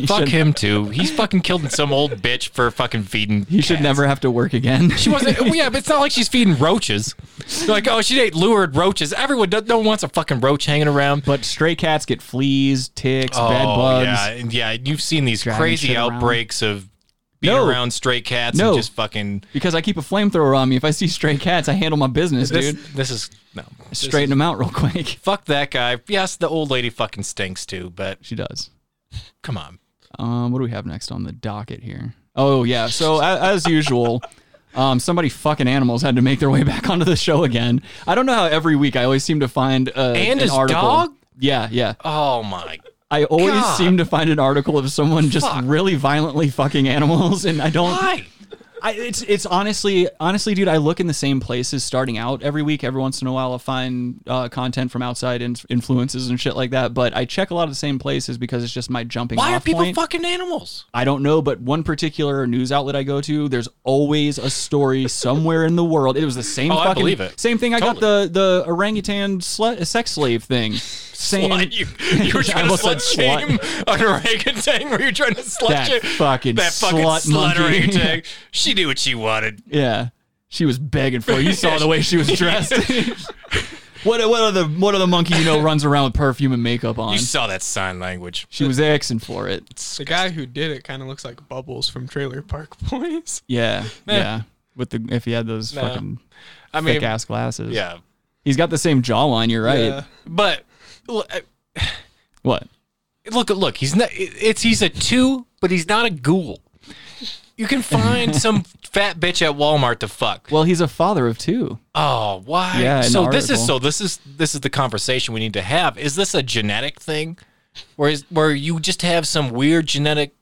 he
Fuck
should-
him too. He's fucking killed some old bitch for fucking feeding.
He should never have to work again.
She wasn't. well, yeah, but it's not like she's feeding roaches. Like, oh, she ate lured roaches. Everyone do, no one wants a fucking roach hanging around.
But stray cats get fleas, ticks,
oh,
bad bugs.
yeah, and yeah. You've seen these
Dragging
crazy
shit around.
outbreaks of being
No.
around stray cats
No.
and just fucking.
Because I keep a flamethrower on me. If I see stray cats, I handle my business,
This,
dude.
this is no. this
Straighten
is-
them out real quick.
Fuck that guy. Yes, the old lady fucking stinks too. But
She does.
come on.
Um, what do we have next on the docket here? Oh yeah. So a- as usual, um, somebody fucking animals had to make their way back onto the show again. I don't know how every week I always seem to find uh, an
And his
article.
dog?
Yeah, yeah.
Oh my.
I always
God.
seem to find an article of someone just
Fuck.
really violently fucking animals, and I don't.
Why?
I, it's it's honestly honestly, dude. I look in the same places starting out every week. Every once in a while, I'll find uh, content from outside in- influences and shit like that. But I check a lot of the same places because it's just my jumping.
Why are
off
people
point.
fucking animals?
I don't know, but one particular news outlet I go to, there's always a story somewhere in the world. It was the same
Oh, I
fucking
believe it.
same thing. I got the the orangutan sl- sex slave thing. Same.
Slut, you, you were
I
trying to
almost said
slut shame an orangutan. Were you trying to slut
That
shame
fucking
that fucking
slut monkey.
orangutan? She knew what she wanted.
Yeah, she was begging for. it. You saw the way she was dressed. what what other what other monkey you know runs around with perfume and makeup on?
You saw that sign language.
She was asking for it.
The guy who did it kind of looks like Bubbles from Trailer Park Boys.
Yeah, yeah. With the if he had those
Nah.
fucking
I mean,
thick ass glasses.
yeah,
he's got the same jawline. You're right.
Yeah.
but l- uh,
What?
look, look, he's not. It's he's a two, but he's not a ghoul. You can find some fat bitch at Walmart to fuck.
Well, he's a father of two.
Oh, why?
Yeah, an
so this is
article.
so this is this is the conversation we need to have. Is this a genetic thing, or is where you just have some weird genetic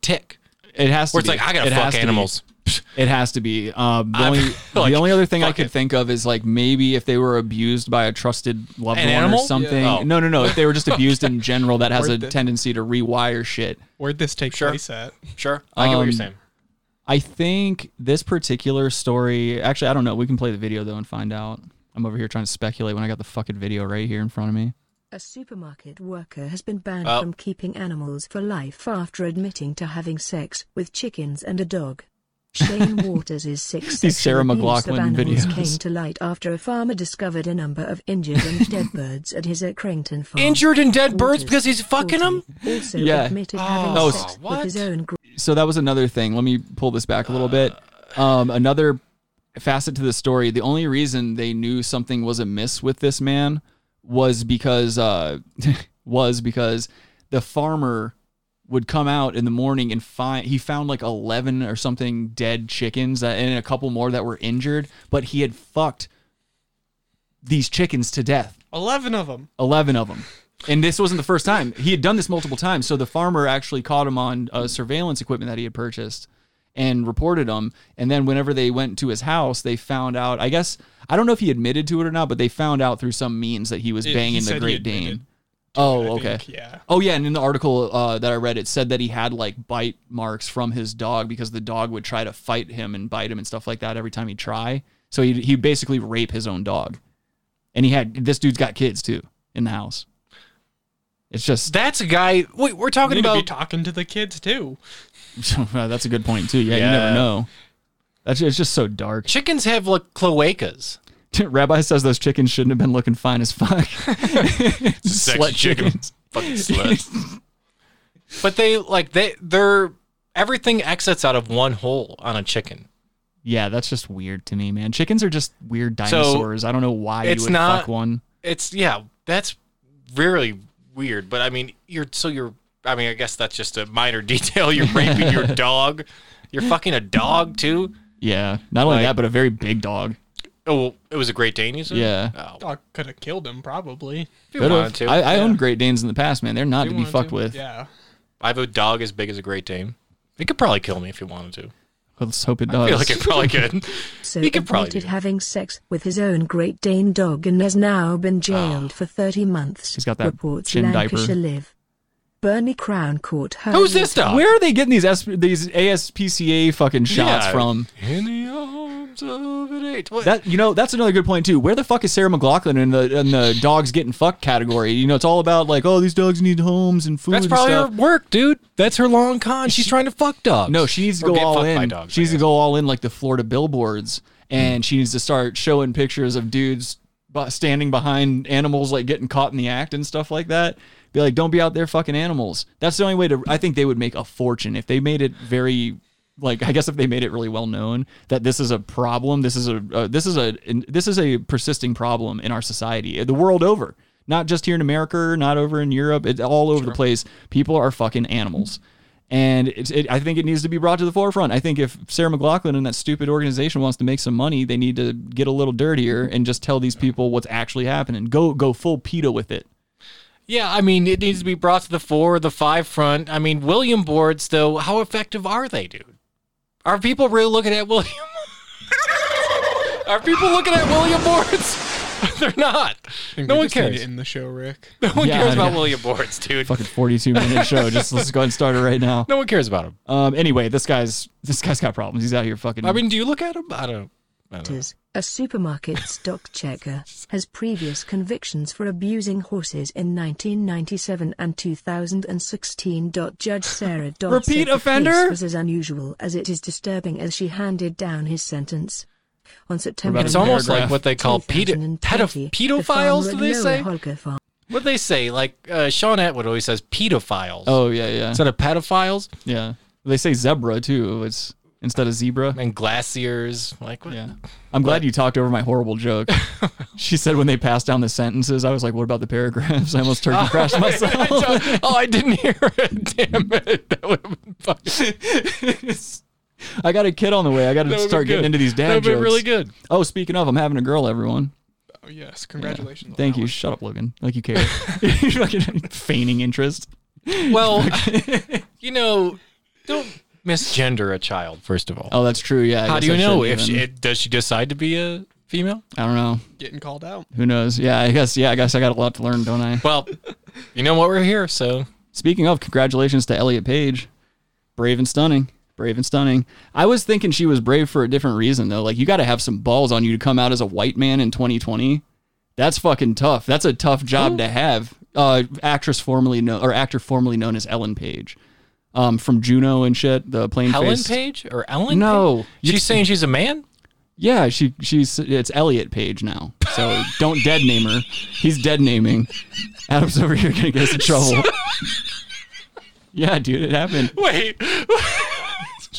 tick?
It has to.
Where it's
be.
like I gotta
It
fuck
has to be.
animals.
It has to be. Um, the,
I'm-
only,
like,
the only other thing I
fuck
could
it.
think of is like maybe if they were abused by a trusted loved
An
one
animal?
or something.
Yeah. Oh.
No, no, no. If they were just abused in general, that has a
Or the-
tendency to rewire shit.
Where'd this take
Sure.
place at?
Sure, I get what
Um,
you're saying.
I think this particular story. Actually, I don't know. We can play the video though and find out. I'm over here trying to speculate when I got the fucking video right here in front of me.
A supermarket worker has been banned
Oh.
from keeping animals for life after admitting to having sex with chickens and a dog. Shane Waters' is six
These Sarah
sexual abuse of
McLachlan
animals
videos.
came to light after a farmer discovered a number of injured and dead birds at his Accrington farm.
Injured and dead
Waters,
birds because he's fucking
40,
'em?
Also
Yeah.
admitted
Oh,
having sex
what?
with his own gr-
so that was another thing. Let me pull this back a little bit. Um, another facet to the story. The only reason they knew something was amiss with this man was because uh, was because the farmer would come out in the morning and find he found like 11 or something dead chickens that, and a couple more that were injured, but he had fucked these chickens to death.
Eleven of them.
11 of them. And this wasn't the first time. He had done this multiple times. So the farmer actually caught him on uh, surveillance equipment that he had purchased and reported him. And then whenever they went to his house, they found out. I guess I don't know if he admitted to it or not, but they found out through some means that he was
It- he
banging the
said he
Great
admitted
Dane. Oh,
I
okay.
think, yeah.
Oh, yeah. And in the article uh, that I read, it said that he had like bite marks from his dog because the dog would try to fight him and bite him and stuff like that every time he'd try. So he he basically rape his own dog, and he had this dude's got kids too in the house. It's just
that's a guy. Wait, we're talking
You need to be
about
talking to the kids too.
that's a good point too. Yeah, you
Yeah.
never know. That's it's just so dark.
Chickens have like cloacas.
Rabbi says those chickens shouldn't have been looking fine as fuck.
Sexy
Slut
chicken.
chickens.
Fucking slut. but they like they they're everything exits out of one hole on a chicken.
Yeah, that's just weird to me, man. Chickens are just weird dinosaurs. I don't know why you
it's
would
not-
fuck one.
It's yeah, that's really weird. But I mean, you're so you're. I mean, I guess that's just a minor detail. You're raping your dog. You're fucking a dog too.
Yeah, not only that, but a very big dog.
Oh, it was a Great Dane, you said.
Yeah.
Oh,
Dog could have killed him probably.
Could've. I, I owned Great Danes in the past, man. They're not
If
to be
you wanted
fucked
to,
with.
Yeah.
I have a dog as big as a Great Dane. It could probably kill me if you wanted to.
Let's hope it does.
I feel like it probably could.
So
he could probably.
admitted having sex with his own Great Dane dog and has now been jailed for 30 months.
He's got that
reports
chin diaper.
Lancashire Live. Bernie Crown Court.
Ah. Who's this dog?
Where are they getting these S- these ASPCA fucking shots
Yeah.
from?
In the arms of an eight. What?
That you know, that's another good point too. Where the fuck is Sarah McLaughlin in the in the dogs getting fucked category? You know, it's all about like, oh, these dogs need homes and food.
That's
and
probably her
stuff.
work, dude. That's her long con. She's trying to fuck dogs.
No, she needs to
Or
go
get
all
fucked by
in.
dogs,
she
I Hmm.
needs to go all in like the Florida billboards, and she needs to start showing pictures of dudes bu- standing behind animals, like getting caught in the act and stuff like that. Be like, don't be out there fucking animals. That's the only way to. I think they would make a fortune if they made it very. Like I guess if they made it really well known that this is a problem, this is a uh, this is a in- this is a persisting problem in our society, the world over, not just here in America, not over in Europe, it's all over the place. People are fucking animals. And it's it, I think it needs to be brought to the forefront. I think if Sarah McLaughlin and that stupid organization wants to make some money, they need to get a little dirtier and just tell these people what's actually happening. Go go full PETA with it.
Yeah, I mean, it needs to be brought to the four, the five front. I mean, William boards, though, how effective are they, dude? Are people really looking at William? are people looking at William boards? They're not.
I think
No
we
one
just need to
cares.
end the show, Rick.
No one
Yeah,
cares about
yeah.
William boards, dude.
Fucking forty-two minute show. Just let's go ahead and start it right now.
No one cares about him.
Um. Anyway, this guy's this guy's got problems. He's out here fucking.
I mean, do you look at him? I don't. I don't know.
Peters, a supermarket stock checker, has previous convictions for abusing horses in 1997 and 2016. Judge Sarah Dodd
Repeat
said the
offender?
case was as unusual as it is disturbing as she handed down his sentence. On September,
It's almost like
paragraph?
what they call peda-
2020,
pedo- pedophiles,
the farmer
do
at
they
Lower
say?
Holger Farm-
What they say? Like, uh, Sean Atwood always says pedophiles
oh yeah yeah
instead of pedophiles
yeah. They say zebra too. It's instead of zebra.
and glaciers. Like, what?
Yeah. I'm glad you talked over my horrible joke. she said when they passed down the sentences, I was like, what about the paragraphs? I almost turkey crashed myself.
oh, I didn't hear it. Damn it. That would have been fucking.
I got a kid on the way. I got to
would've
start
been
getting
good.
into these dad
That would've
jokes.
been really good.
Oh, speaking of, I'm having a girl, everyone.
Oh yes, congratulations. on
Thank
that
you.
one.
Shut up, Logan. Like you care. You're fucking feigning interest.
Well, you know, don't misgender a child, first of all.
Oh, that's true. Yeah. I
How
guess
do you
I
know
shouldn't
if she,
even-
it, does she decide to be a female?
I don't know.
Getting called out.
Who knows? Yeah, I guess. Yeah, I guess I got a lot to learn, don't I?
Well, you know what? We're here, so
Speaking of, congratulations to Elliot Page. Brave and stunning. Brave and stunning. I was thinking she was brave for a different reason though. Like you got to have some balls on you to come out as a white man in 2020. That's fucking tough. That's a tough job to have. Uh, actress formerly known or actor formerly known as Ellen Page, um, from Juno and shit. The plain
Helen
face.
Page or Ellen?
No.
Page? she's saying she's a man.
Yeah, she she's it's Elliot Page now. So don't dead name her. He's dead naming. Adam's over here gonna get us in trouble. yeah, dude, it happened.
Wait,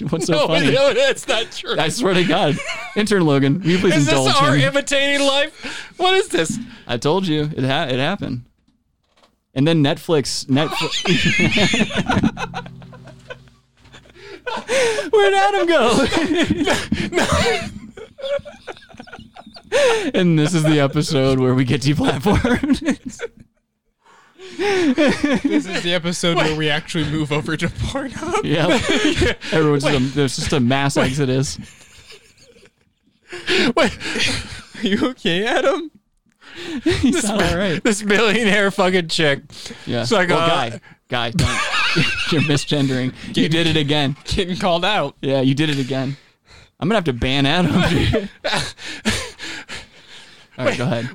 What's so funny?
no, that's not true.
I swear to God, intern Logan, will you please
is this
indulge
our
him?
imitating life? What is this?
I told you it ha- it happened. And then Netflix, Netflix. Where'd Adam go? and this is the episode where we get deplatformed.
this is the episode where we actually move over to Pornhub.
Yep. Everyone's just a, there's just a mass exodus.
Are you okay, Adam?
He's not all right.
This billionaire fucking chick.
Yeah.
So I go,
well,
uh,
guy, guy, don't. you're misgendering. you did it again.
Getting called out.
Yeah, you did it again. I'm gonna have to ban Adam. all right, go ahead.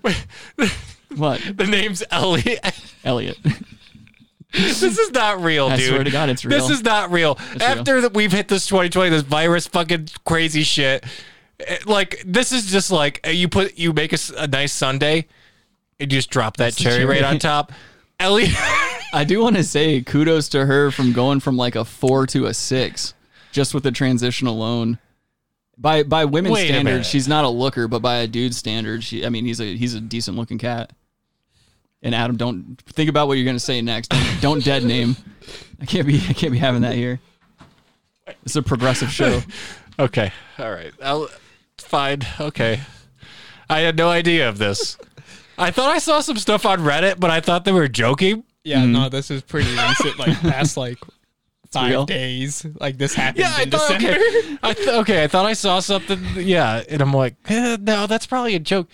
What?
The name's Elliot.
Elliot.
this is not real,
I
dude.
swear to God, it's real.
This is not real.
It's real.
After that we've hit this 2020, this virus fucking crazy shit. it- like this is just like uh, you put you make a, s- a nice Sunday, and you just drop that
That's the
cherry,
cherry.
right on top. Ellie,
I do want to say kudos to her from going from like a four to a six, just with the transition alone. By by women's
Wait a minute.
standards, she's not a looker, but by a dude's standards, she, I mean he's a he's a decent looking cat. And Adam, don't think about what you're gonna say next. Don't, don't dead name. I can't be I can't be having that here. It's a progressive show.
okay, all right, I'll, fine, okay. I had no idea of this. I thought I saw some stuff on Reddit, but I thought they were joking.
Yeah, no, this is pretty recent. Like past like five
real?
days. Like this happened
Yeah, I
in
thought
December.
okay. I th- okay, I thought I saw something. Yeah, and I'm like, eh, no, that's probably a joke.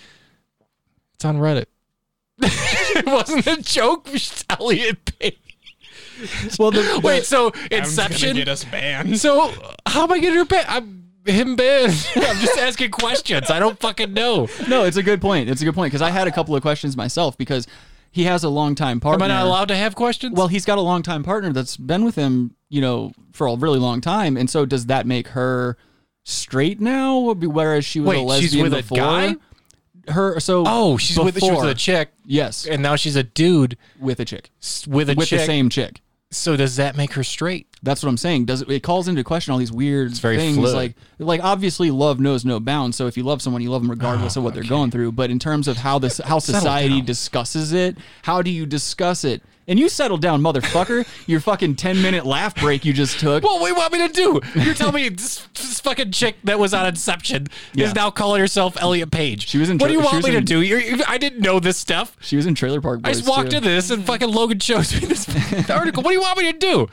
It's on Reddit. it wasn't a joke, Elliot. Page.
Well, the,
Wait, so
Adam's gonna
Inception.
get us banned.
So how am I getting her banned? I'm him banned. I'm just asking questions. I don't fucking know.
no, it's a good point. It's a good point because I had a couple of questions myself because he has a long time
Am
partner.
I not allowed to have questions?
Well, he's got a longtime partner that's been with him, you know, for a really long time. And so does that make her straight now? Whereas she was a
wait,
lesbian
she's with
before.
a guy.
Her so
Oh, she's with she was
before-
with a chick,
Yes.
and now she's a dude
With a chick.
s- with a
with
chick.
the same chick.
So does that make her straight?
That's what I'm saying. Does it, it calls into question all these weird
very
things
fluid.
like like obviously love knows no bounds. So if you love someone, you love them
Oh,
regardless of what they're going through. But in terms of how this how society discusses it, how do you discuss it? And you settle down, motherfucker. Your fucking ten minute laugh break you just took.
What do you want me to do? You're telling me this, this fucking chick that was on Inception
Yeah.
is now calling herself Elliot Page.
She was in
What do
tra-
you
she
want
was
me to
in-
do? You're, I didn't know this stuff.
She was in Trailer Park
I
Boys.
just walked
too.
into this and fucking Logan shows me this article. What do you want me to do?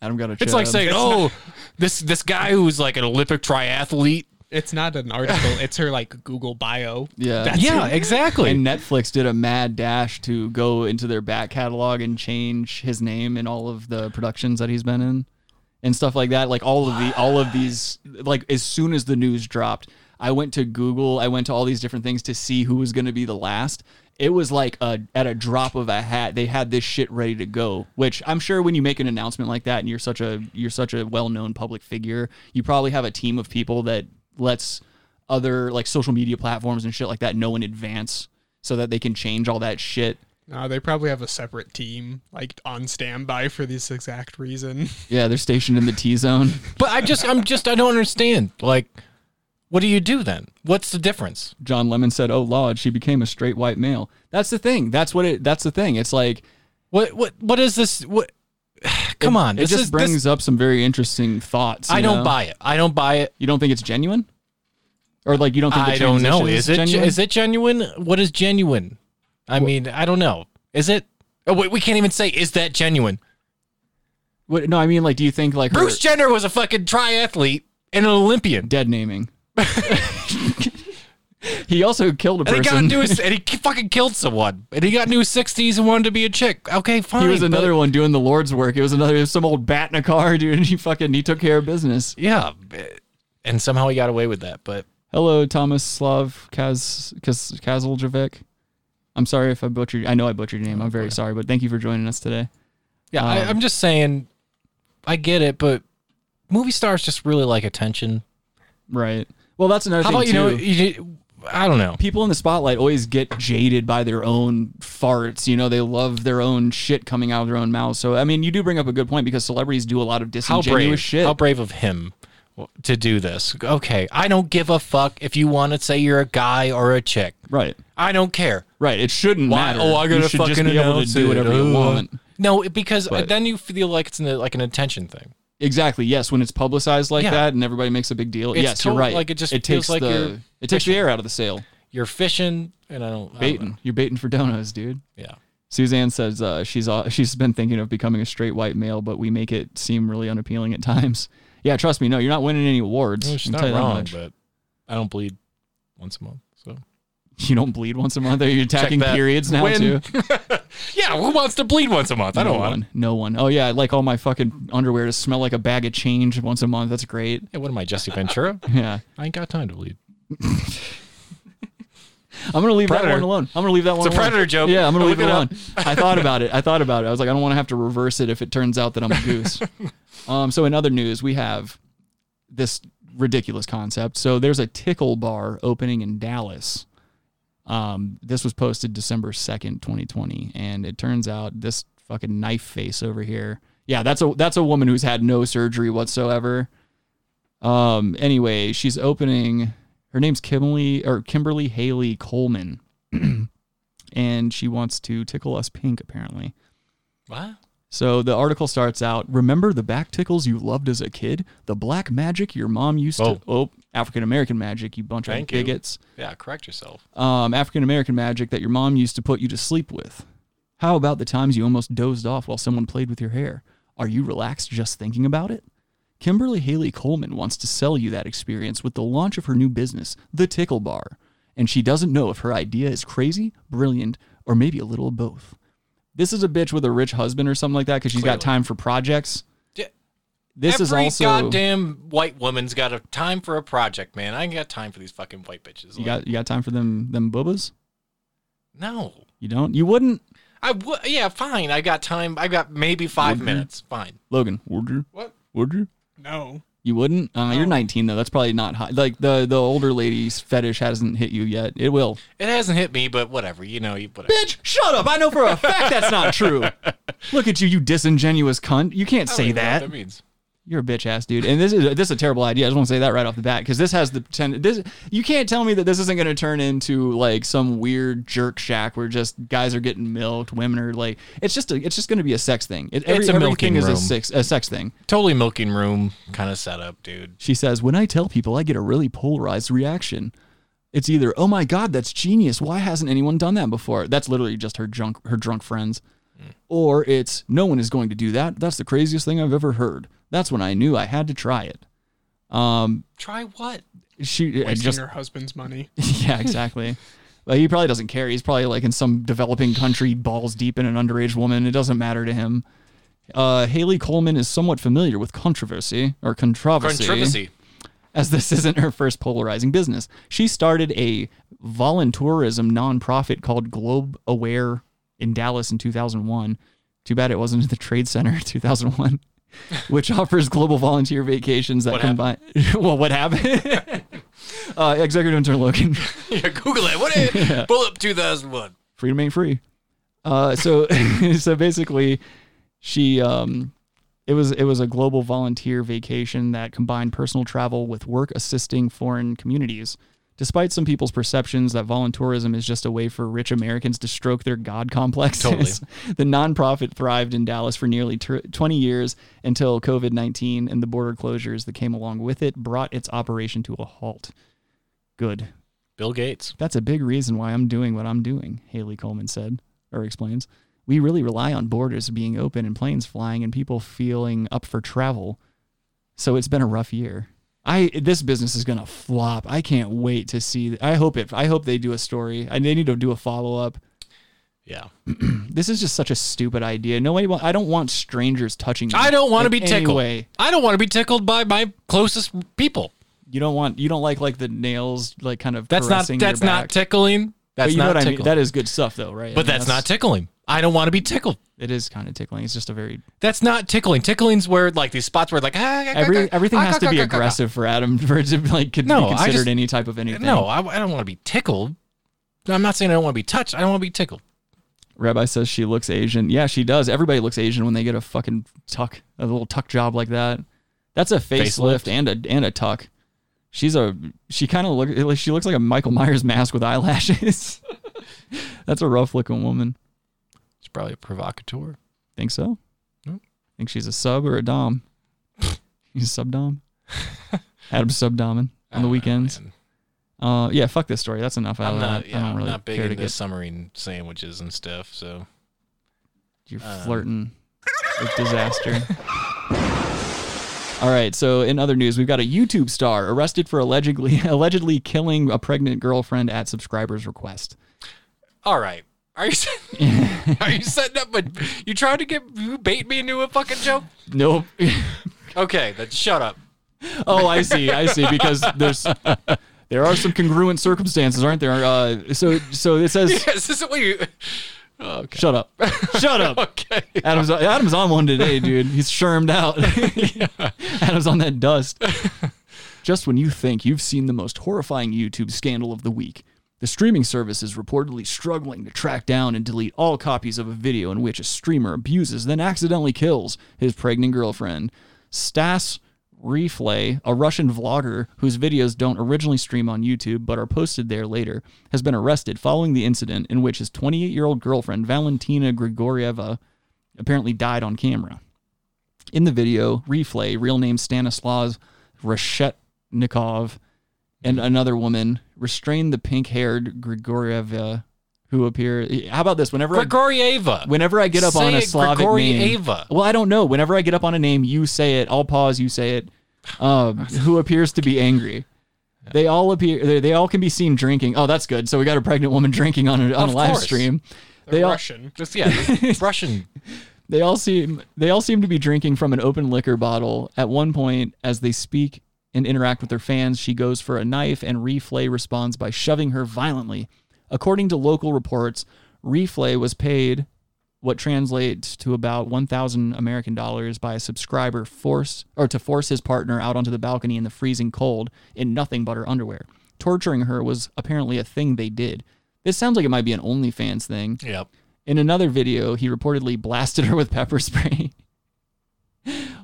Adam got a
It's like
chub.
saying, "Oh, this this guy who's like an Olympic triathlete."
It's not an article. It's her like Google bio.
Yeah.
That's it.
exactly.
And Netflix did a mad dash to go into their back catalog and change his name in all of the productions that he's been in and stuff like that. Like all of the all of these like as soon as the news dropped, I went to Google, I went to all these different things to see who was going to be the last. It was like a, at a drop of a hat, they had this shit ready to go. Which I'm sure when you make an announcement like that, and you're such a you're such a well known public figure, you probably have a team of people that lets other like social media platforms and shit like that know in advance so that they can change all that shit.
No, Uh, they probably have a separate team like on standby for this exact reason.
Yeah, they're stationed in the T zone.
But I just, I'm just, I don't understand. Like, what do you do then? What's the difference?
John Lemon said, "Oh Lord, she became a straight white male." That's the thing. That's what it. That's the thing. It's like
What what what is this? What? Come on,
it
this
just
is-
brings
This,
up some very interesting thoughts.
I
you
don't
know?
buy it. I don't buy it.
You don't think it's genuine, or like you don't think the
I don't know.
transition
Is it
genuine?
is it genuine? What is genuine? I mean, I don't know. Is it? Oh, wait, we can't even say is that genuine.
What, no, I mean like, do you think like her
Bruce Jenner was a fucking triathlete and an Olympian.
dead naming? he also killed a
And he
person.
got into his and he k- fucking killed someone. And he got into his sixties and wanted to be a chick. Okay, fine.
he was another
but-
one doing the Lord's work. It was another it was some old bat in a car, dude. And he fucking he took care of business.
Yeah, eh, and somehow he got away with that. But
Hello, Thomas Slav Kaz Kaz Kazaljevic. I'm sorry if I butchered. I know I butchered your name. I'm very sorry, but thank you for joining us today.
yeah, I,
Um,
I'm just saying, I get it. But movie stars just really like attention.
Right. Well, that's another
How
thing
about you
too.
know? You, I don't know.
people in the spotlight always get jaded by their own farts. You know, they love their own shit coming out of their own mouths. So, I mean, you do bring up a good point because celebrities do a lot of
how
disingenuous
brave
shit.
how brave of him to do this okay i don't give a fuck if you want to say you're a guy or a chick
Right.
i don't care
Right. It shouldn't
Why-
matter.
oh i gotta
you should
fucking
just be able to
announce
do
it.
whatever you
Uh,
want.
no it- because
But-
then you feel like it's an, like an attention thing
Exactly. Yes, when it's publicized like
Yeah.
that and everybody makes a big deal.
It's
yes,
tot-
you're right.
like, it just
it takes
feels like
the
you're
it takes the air out of the sale.
you're fishing and i don't I don't know.
Baiting. You're baiting for donos, dude.
yeah
Suzanne says uh, she's uh, she's been thinking of becoming a straight white male, but we make it seem really unappealing at times. Yeah, trust me. No, you're not winning any awards.
No,
I
she's
can
not
tell you that
wrong,
much.
but I don't bleed once a month. So
You don't bleed once a month. Are you
Check
attacking
that.
periods now too?
When- yeah, who wants to bleed once a month? I
no
don't want.
one. No one. Oh yeah, I like all my fucking underwear to smell like a bag of change once a month. That's great.
Yeah, what am I, Jesse Ventura?
yeah.
I ain't got time to bleed.
I'm gonna leave
Predator.
that one alone. I'm gonna leave that
It's
one.
a
alone.
predator joke.
Yeah, I'm gonna
Look
leave it
it
alone.
up.
I thought about it. I thought about it. I was like, I don't want to have to reverse it if it turns out that I'm a goose. um, so in other news, we have this ridiculous concept. So there's a tickle bar opening in Dallas. Um, this was posted December 2nd, 2020, and it turns out this fucking knife face over here. Yeah, that's a that's a woman who's had no surgery whatsoever. Um, anyway, she's opening. Her name's Kimberly or Kimberly Haley Coleman, and she wants to tickle us pink apparently.
What?
So the article starts out. Remember the back tickles you loved as a kid? The black magic your mom used to. Oh, African American magic, you bunch
Thank
of
you.
bigots.
Yeah, correct yourself.
Um, African American magic that your mom used to put you to sleep with. How about the times you almost dozed off while someone played with your hair? Are you relaxed just thinking about it? Kimberly Haley Coleman wants to sell you that experience with the launch of her new business, The Tickle Bar, and she doesn't know if her idea is crazy, brilliant, or maybe a little of both. This is a bitch with a rich husband or something like that because she's got
Clearly.
time for projects.
Yeah.
This
Every
is also
goddamn white woman's got a time for a project, man. I ain't got time for these fucking white bitches.
you got you got time for them them boobas?
No,
You don't? You wouldn't?
I would. Yeah, fine. I got time. I got maybe five
Mhm.
minutes. Fine.
Logan, would you?
What?
Would you?
No.
You wouldn't? Uh, You're 19 though. That's probably not high. Like the the older lady's fetish hasn't hit you yet. It will.
It hasn't hit me, but whatever. You know, you whatever.
Bitch, shut up. I know for a fact that's not true. Look at you, you disingenuous cunt. You can't say that.
That means
You're a bitch ass dude. And this is this is a terrible idea. I just want to say that right off the bat because this has the ten. This you can't tell me that this isn't going to turn into like some weird jerk shack where just guys are getting milked, women are like it's just a it's just going to be a sex thing. It, every-
it's a
everything
milking
is
room.
a sex a sex thing.
Totally milking room kind of setup, dude.
She says, When I tell people, I get a really polarized reaction. It's either, oh my God, that's genius. Why hasn't anyone done that before? That's literally just her drunk, her drunk friends.
Hmm.
Or it's, no one is going to do that. That's the craziest thing I've ever heard. That's when I knew I had to try it. Um,
Try what?
she I
Wasting
just,
her husband's money.
yeah, exactly. But he probably doesn't care. He's probably like in some developing country, balls deep in an underage woman. It doesn't matter to him. Uh, Haley Coleman is somewhat familiar with controversy or controversy
Controversy.
as this isn't her first polarizing business. She started a volunteerism nonprofit called Globe Aware in Dallas in 2001. Too bad it wasn't at the Trade Center in 2001, which offers global volunteer vacations that
What
combine. well, what happened? uh, executive intern Logan.
yeah, Google it. What? Is, Pull up 2001.
freedom ain't free. Uh, so so basically, she um, it was it was a global volunteer vacation that combined personal travel with work assisting foreign communities. Despite some people's perceptions that volunteerism is just a way for rich Americans to stroke their god complexes,
Totally.
the nonprofit thrived in Dallas for nearly tw- 20 years until COVID 19 and the border closures that came along with it brought its operation to a halt. Good.
Bill Gates.
That's a big reason why I'm doing what I'm doing, Haley Coleman said, or explains. We really rely on borders being open and planes flying and people feeling up for travel. So it's been a rough year. I this business is gonna flop. I can't wait to see. I hope it. I hope they do a story. I they need to do a follow up.
Yeah.
This is just such a stupid idea. Nobody. Want, I don't want strangers touching. me
I don't want to
in
be
any
tickled.
way.
I don't want to be tickled by my closest people.
You don't want. You don't like like the nails like kind of.
That's not
caressing your
that's not
back.
tickling. That's
but you know what
not
I mean?
tickling.
That is good stuff though, right?
but that's, not tickling. I don't want to be tickled.
It is kind of tickling. It's just a very
That's not tickling. Tickling's where like these spots where like ah, ah, ah, ah,
Every,
ah,
everything
ah,
has
ah,
to be
ah, ah, ah, ah.
aggressive for Adam for it to like could be
No, I
considered
just-
any type of anything.
No, I, I don't want to be tickled. I'm not saying I don't want to be touched. I don't want to be tickled.
Rabbi says she looks Asian. Yeah, she does. Everybody looks Asian when they get a fucking tuck, a little tuck job like that. That's a facelift,
Facelift.
and a and a tuck. She's a she kind of look she looks like a Michael Myers mask with eyelashes. That's a rough looking woman.
It's probably a provocateur.
Think so?
Nope.
Think she's a sub or a dom? She's a sub dom. Adam's sub doming on the weekends. Uh, yeah, fuck this story. That's enough. I
Oh, I'm
don't,
not.
I
Yeah,
don't
I'm
really
not big
care to
into
get
submarine sandwiches and stuff. So
You're
um,
flirting with disaster. All right. So in other news, we've got a YouTube star arrested for allegedly allegedly killing a pregnant girlfriend at subscriber's request.
All right. Are you are you setting up? But you trying to get you bait me into a fucking joke?
Nope.
Okay, then shut up.
Oh, I see. I see. Because there's there are some congruent circumstances, aren't there? Uh, so so it says.
Yes, this is what you. Oh, okay.
Shut up. Shut up.
okay.
Adam's Adam's on one today, dude. He's shermed out. Adam's on that dust. Just when you think you've seen the most horrifying YouTube scandal of the week, the streaming service is reportedly struggling to track down and delete all copies of a video in which a streamer abuses, then accidentally kills his pregnant girlfriend. Stas Reflay, a Russian vlogger whose videos don't originally stream on YouTube but are posted there later, has been arrested following the incident in which his 28 year old girlfriend, Valentina Grigorieva, apparently died on camera. In the video, Reflay, real name Stanislav Reshetnikov, and another woman restrained the pink-haired Grigorieva, who appear. How about this? Whenever I,
Grigorieva.
whenever I get up
Say
on a
it,
Slavic name,
Grigorieva.
well, I don't know. Whenever I get up on a name, you say it. I'll pause. You say it. Um, who appears to be angry? They all appear. They, they all can be seen drinking. Oh, that's good. So we got a pregnant woman drinking on a, on
Of
a live
course.
stream.
They're
they all-
Russian.
Just yeah, Russian.
they all seem they all seem to be drinking from an open liquor bottle. At one point, as they speak and interact with their fans, she goes for a knife, and Reflay responds by shoving her violently. According to local reports, Reflay was paid what translates to about 1,000 American dollars by a subscriber force or to force his partner out onto the balcony in the freezing cold in nothing but her underwear. Torturing her was apparently a thing they did. This sounds like it might be an OnlyFans thing.
Yep.
In another video, he reportedly blasted her with pepper spray.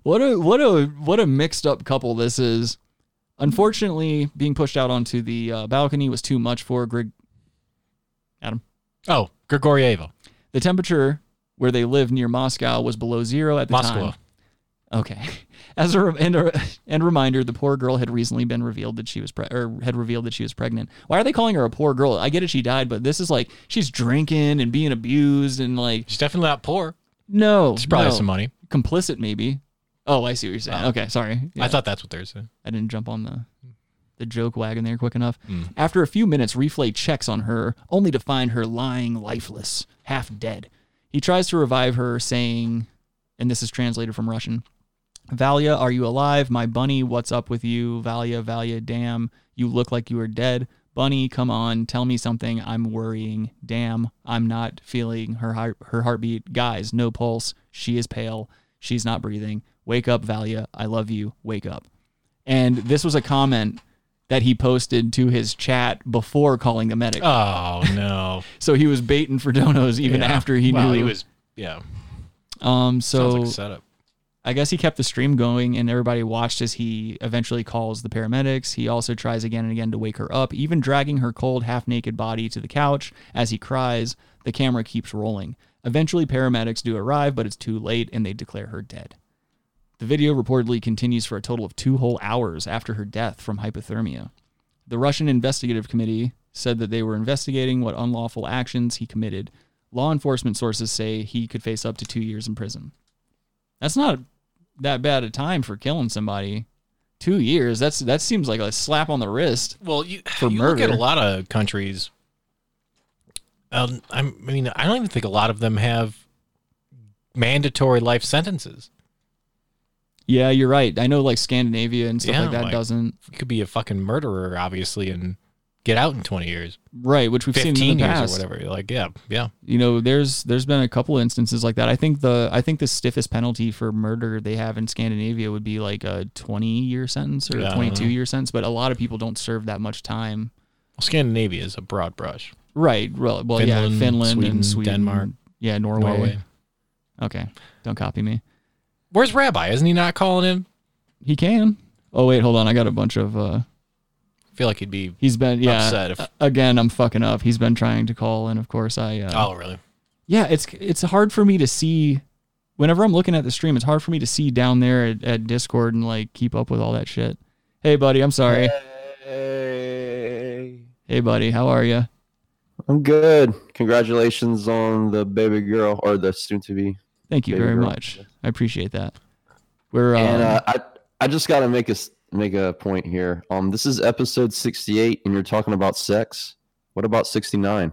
what a what a what a mixed up couple this is. Unfortunately, being pushed out onto the uh, balcony was too much for Grig. Adam.
Oh, Grigorieva.
The temperature where they live near Moscow was below zero at the
Moscow.
time. Okay. As a re- and, a and reminder, the poor girl had recently been revealed that she was pre- or had revealed that she was pregnant. Why are they calling her a poor girl? I get it, she died, but this is like she's drinking and being abused and like
she's definitely not poor.
No,
She probably has
no.
some money.
Complicit, maybe. Oh, I see what you're saying. Okay, sorry.
Uh, I thought that's what they're saying.
I didn't jump on the the joke wagon there quick enough.
Hmm.
After a few minutes, Reflay checks on her, only to find her lying lifeless, half dead. He tries to revive her, saying, and this is translated from Russian Valia, are you alive? My bunny, what's up with you? Valia, Valia, damn, you look like you are dead. Bunny, come on, tell me something. I'm worrying. Damn, I'm not feeling her heart, her heartbeat. Guys, no pulse. She is pale. She's not breathing. Wake up, Valia. I love you. Wake up. And this was a comment that he posted to his chat before calling the medic.
Oh no.
so he was baiting for donos even
Yeah.
after he
Well,
knew
he was. Yeah.
um, so
Sounds like a setup.
I guess he kept the stream going and everybody watched as he eventually calls the paramedics. He also tries again and again to wake her up, even dragging her cold, half naked body to the couch. As he cries, the camera keeps rolling. Eventually, paramedics do arrive, but it's too late and they declare her dead. The video reportedly continues for a total of two whole hours after her death from hypothermia. The Russian investigative committee said that they were investigating what unlawful actions he committed. Law enforcement sources say he could face up to two years in prison. That's not that bad a time for killing somebody. Two years. That's that seems like a slap on the wrist.
Well, you,
for
you
murder.
look at a lot of countries. Um, I'm- I mean, I don't even think a lot of them have mandatory life sentences.
yeah, you're right. I know like Scandinavia and stuff like that doesn't.
You could be a fucking murderer, obviously, and get out in 20 years.
Right, which we've seen in the
15 years
past.
or whatever. You're like, yeah, yeah.
You know, there's there's been a couple instances like that. I think the I think the stiffest penalty for murder they have in Scandinavia would be like a 20 year sentence or
Yeah, I
a
don't
22
know.
year sentence. But a lot of people don't serve that much time.
Well, Scandinavia is a broad brush.
Right. Well, well yeah,
Finland,
Finland,
Sweden,
and Sweden,
Denmark,
yeah, Norway.
Norway.
Okay, don't copy me.
Where's Rabbi? Isn't he not calling him?
He can. Oh wait, hold on. I got a bunch of. uh
I feel like he'd be.
He's been yeah.
Upset if-
a- again, I'm fucking up. He's been trying to call, and of course I. Uh,
Oh, really?
Yeah, it's it's hard for me to see. Whenever I'm looking at the stream, it's hard for me to see down there at, at Discord and like keep up with all that shit. Hey, buddy, I'm sorry. Hey, buddy, how are you?
I'm good. Congratulations on the baby girl or the soon to be.
Thank you very much. I appreciate that. We're uh,
And uh, I I just got to make a s- make a point here. Um, this is episode 68, and you're talking about sex. What about 69?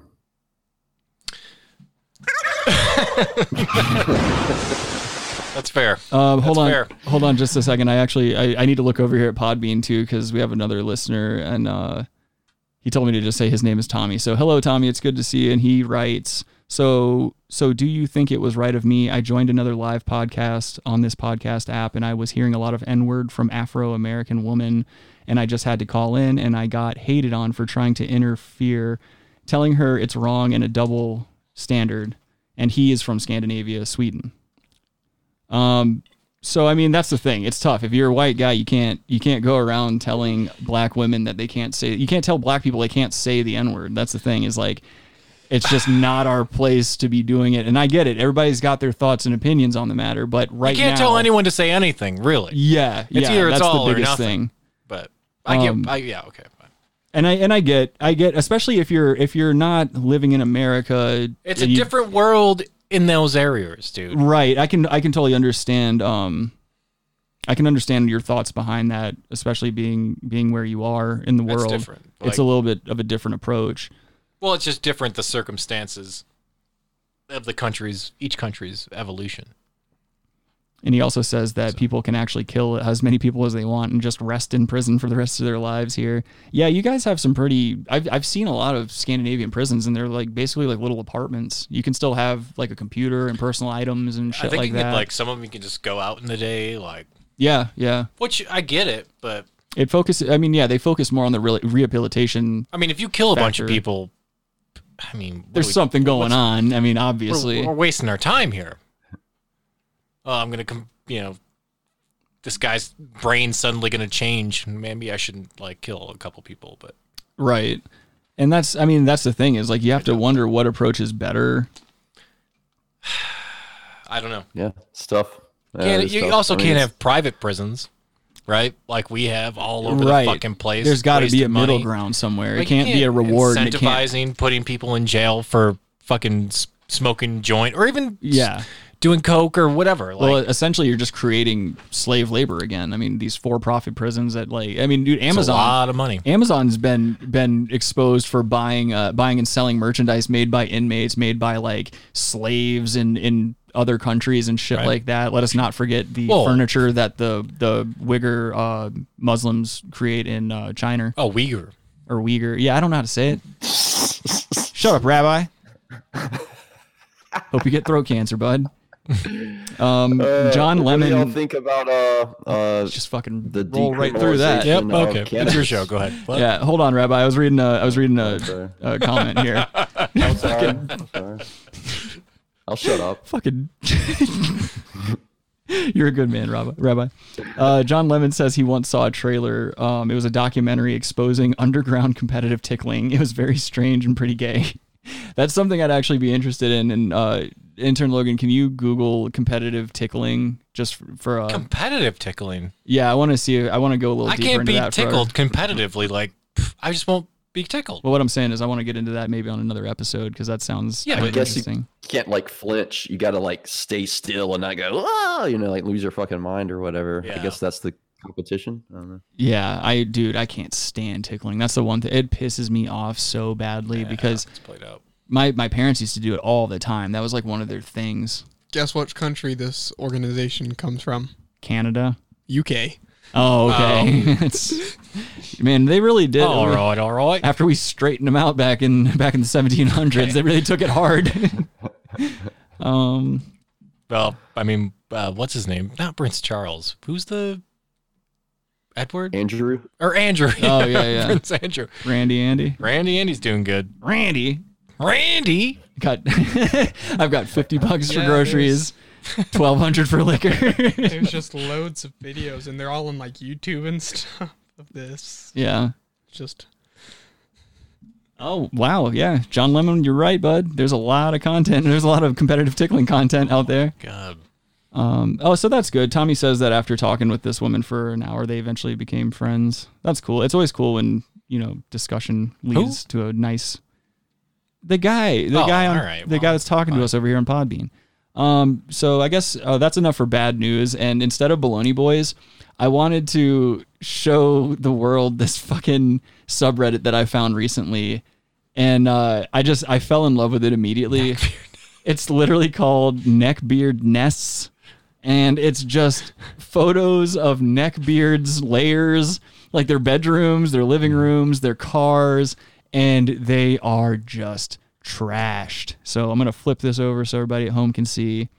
That's fair.
Um, hold
That's
on,
fair.
hold on, just a second. I actually I, I need to look over here at Podbean too because we have another listener, and uh, he told me to just say his name is Tommy. So hello, Tommy. It's good to see you. And he writes, so so do you think it was right of me? I joined another live podcast on this podcast app, and I was hearing a lot of N word from Afro American woman, and I just had to call in, and I got hated on for trying to interfere, telling her it's wrong and a double standard. And he is from Scandinavia, Sweden. Um, so I mean that's the thing. It's tough. If you're a white guy, you can't you can't go around telling black women that they can't say you can't tell black people they can't say the N word. That's the thing, is like it's just not our place to be doing it. And I get it. Everybody's got their thoughts and opinions on the matter, but right
you can't
now
tell anyone to say anything, really.
Yeah,
It's
yeah,
either it's
that's the
all or
biggest
nothing.
thing.
But I get.
Um,
I, yeah. Okay.
and I and I get I get especially if you're if you're not living in America
It's a
you-
different world in those areas, dude.
Right. I can I can totally understand um I can understand your thoughts behind that, especially being being where you are in the
That's
world.
different.
it's
Like-
a little bit of a different approach.
Well, it's just different the circumstances of the country's each country's evolution.
And he also says that people can actually kill as many people as they want and just rest in prison for the rest of their lives here. Yeah, you guys have some pretty I've I've seen a lot of Scandinavian prisons and they're like basically like little apartments. You can still have like a computer and personal items and shit
I think
like
you
that.
could like some of them you can just go out in the day, like
yeah, yeah.
which I get it, but
It focuses I mean, yeah, they focus more on the re- rehabilitation.
I mean if you kill a bunch of
factor.
people, I mean what
there's
are we-
something going
what's-
on. I mean,
we're-
obviously,
we're, wasting our time here. Oh, I'm gonna come, you know, this guy's brain's suddenly gonna change. Maybe I shouldn't like kill a couple people, but
right? And that's, I mean, that's the thing is like you have to wonder what approach is better.
I don't know.
Yeah, it's tough. Yeah,
Can't-
it is
you
tough.
also
I mean,
can't
it's-
have private prisons, right? Like we have all over
Right.
the fucking place.
There's gotta be
wasted
a middle
money.
ground somewhere. It
Like,
can't
you
be a reward and it can't-
Incentivizing putting people in jail for fucking s- smoking joint or even s-
Yeah.
doing coke or whatever. Like
well, essentially, you're just creating slave labor again. I mean, these for-profit prisons that, like, I mean, dude, Amazon,
lot of money.
Amazon's been been exposed for buying, uh, buying and selling merchandise made by inmates, made by like slaves in in other countries and shit
Right.
like that. Let us not forget the
Well-
furniture that the the Uyghur uh, Muslims create in uh, China.
Oh, Uyghur
or Uyghur. Yeah, I don't know how to say it. Shut up, Rabbi. Hope you get throat cancer, bud. Um,
Uh,
John
what do y'all
Lemon.
think about uh uh
just fucking
the
roll right through that.
decriminalization of cannabis? What?
Yeah, hold on, Rabbi. I was reading a, I was reading a, a comment here.
I'm sorry. I'm sorry. I'll shut up.
Fucking. You're a good man, Rabbi. Rabbi. Uh, John Lemon says he once saw a trailer. Um, it was a documentary exposing underground competitive tickling. It was very strange and pretty gay. That's something I'd actually be interested in. And uh, intern Logan, can you Google competitive tickling just for, for uh,
competitive tickling.
yeah? I want to see. I want to go a little.
I
deeper
can't
into
be
that for our-
tickled competitively. Like pff, I just won't be tickled.
Well, what I'm saying is, I want to get into that maybe on another episode because that sounds
Yeah,
yeah,
but- I guess you-
interesting.
You can't like flinch. You got to like stay still and not go, ah, you know, like lose your fucking mind or whatever. I guess that's the competition. I don't know.
Yeah, I dude, I can't stand tickling. That's the one thing it pisses me off so badly because my my parents used to do it all the time. That was like one of their things.
Guess what country this organization comes from?
Canada.
UK.
Oh, okay. It's- man, they really did.
All right, all
right.
After we straightened them out back in back in the 1700s, they really took it hard. um,
Well, I mean, uh, what's his name? Not Prince Charles. Who's the Edward
Andrew
or Andrew?
Oh yeah, yeah.
Prince Andrew.
Randy Andy.
Randy Andy's doing good.
Randy.
Randy.
Got. I've got 50 bucks for
Yeah,
groceries, 1200 for liquor.
There's just loads of videos, and they're all on like YouTube and stuff of this.
Yeah.
Just
Oh wow, yeah, John Lemon, you're right, bud. There's a lot of content. There's a lot of competitive tickling content out there.
God.
Um, oh, so that's good. Tommy says that after talking with this woman for an hour, they eventually became friends. That's cool. It's always cool when you know discussion leads to a nice The guy, the
Oh,
guy on
all right,
the guy that's talking to us over here on Podbean. Um, so I guess uh, that's enough for bad news. And instead of Baloney Boys, I wanted to show the world this fucking subreddit that I found recently, and uh, I just I fell in love with it immediately. it's literally called Neckbeard Nests, and it's just photos of neckbeards' layers, like their bedrooms, their living rooms, their cars, and they are just trashed. So I'm gonna flip this over so everybody at home can see.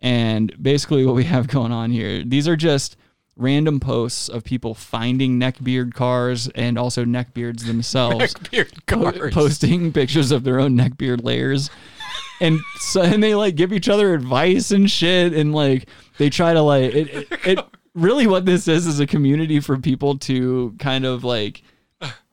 And basically, what we have going on here, these are just random posts of people finding neckbeard cars and also neckbeards themselves.
Neckbeard
po-
cars.
posting pictures of their own neckbeard layers. And so, and they like give each other advice and shit, and like they try to like it. It, it really what this is is a community for people to kind of like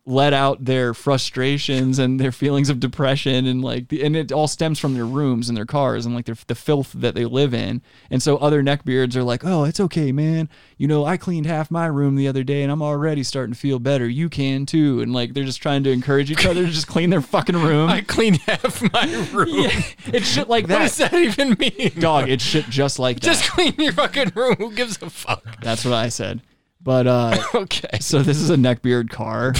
let out their frustrations and their feelings of depression and like the, and it all stems from their rooms and their cars and like their, the filth that they live in and so other neckbeards are like oh it's okay man you know i cleaned half my room the other day and i'm already starting to feel better you can too and like they're just trying to encourage each other to just clean their fucking room
I cleaned half my room.
it's shit like that
What does that even mean?
dog it's shit just like that
Just clean your fucking room. Who gives a fuck?
That's what I said. But uh
okay.
So this is a neckbeard car.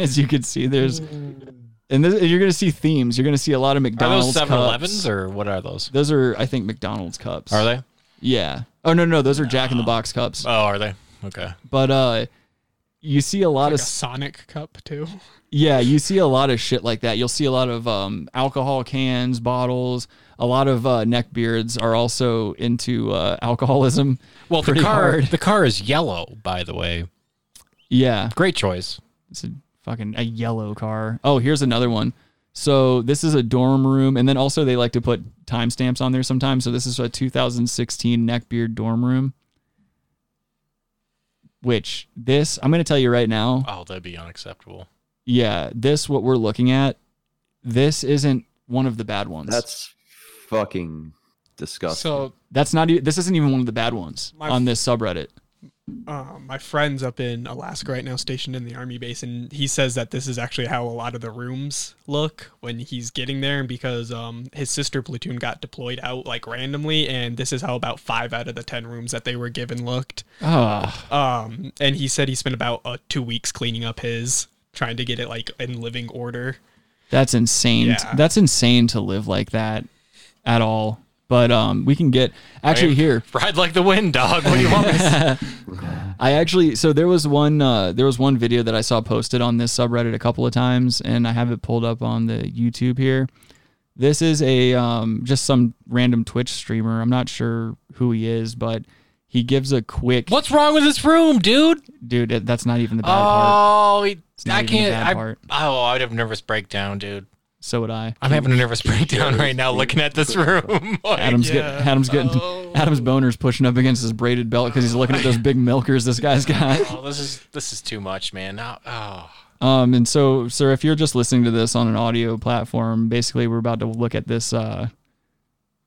As you can see, there's and this, you're gonna see themes. You're gonna see a lot of
Are
McDonald's.
those 7
cups.
Elevens or what are those?
Those are, I think, McDonald's cups.
Are they?
Yeah. Oh no, no, those are Jack in the Box cups.
Oh, are they? Okay.
But uh, you see a lot
Like a
of
Sonic cup too.
yeah, you see a lot of shit like that. You'll see a lot of um, alcohol cans, bottles. A lot of uh, neckbeards are also into uh, alcoholism.
Well, the
pretty
car
hard.
the car is yellow, by the way.
Yeah.
Great choice.
It's a fucking a yellow car. Oh, here's another one. So this is a dorm room, and then also they like to put timestamps on there sometimes. So this is a 2016 neckbeard dorm room. Which this I'm gonna tell you right now.
Oh, that'd be unacceptable.
Yeah, this what we're looking at. This isn't one of the bad ones.
That's fucking disgusting.
So
that's not. e- This isn't even one of the bad ones
My-
on this subreddit.
uh, my friend's up in Alaska right now, stationed in the army base, and he says that this is actually how a lot of the rooms look when he's getting there, and because um, his sister platoon got deployed out like randomly, and this is how about five out of the ten rooms that they were given looked.
Ah.
Um, and he said he spent about uh, two weeks cleaning up his, trying to get it like in living order.
That's insane.
Yeah.
That's insane to live like that at all. But um, we can get actually
mean,
here.
Ride like the wind, dog. What do you want me to say?
I actually so there was one uh, there was one video that I saw posted on this subreddit a couple of times, and I have it pulled up on the YouTube here. This is a um, just some random Twitch streamer. I'm not sure who he is, but he gives a quick
What's wrong with this room, dude?
dude. that- That's not even the bad part.
Oh, he-
not
I
even the
can't.
bad
I,
part.
Oh, I'd have a nervous breakdown, dude.
So would I.
I'm having a nervous breakdown right now looking at this room. Like,
Adam's getting Adam's getting Adam's boner's pushing up against his braided belt because he's looking at those big milkers this guy's got.
Oh, this is this is too much, man. Now, oh,
Um, and so, sir, if you're just listening to this on an audio platform, basically we're about to look at this. Uh,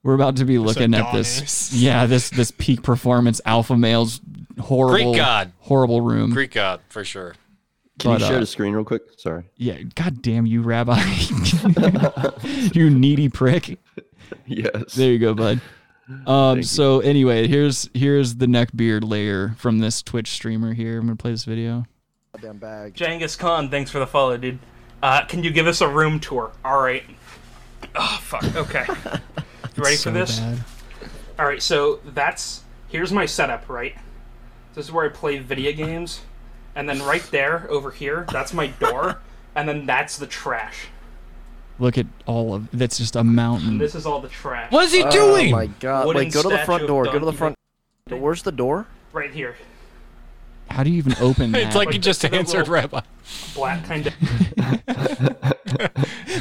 we're about to be looking at this.
Adonis.
Yeah, this this peak performance alpha male's horrible,
Greek god.
horrible room.
Greek god for sure.
Can
but,
you share
uh,
the screen real quick? Sorry.
Yeah, god damn you, Rabbi, you needy prick.
Yes.
There you go, bud. Um, so anyway, here's here's the neck beard layer from this Twitch streamer here. I'm gonna play this video.
Genghis Khan, thanks for the follow, dude. Uh, can you give us a room tour? All right. Oh fuck. Okay. You ready for
so
this?
bad.
All right. So that's here's my setup. Right. This is where I play video games, and then right there over here, that's my door, and then that's the trash.
Look at all of that's just a
And
mountain.
this is all the trash.
What is he Oh doing? my
God,
Wooden
wait, go to the
statue
front
of
door, go to the
Donkey
front-
Kong.
Where's the door?
Right here.
How do you even open that?
It's like you just answered
Rabbi.
Black kind of.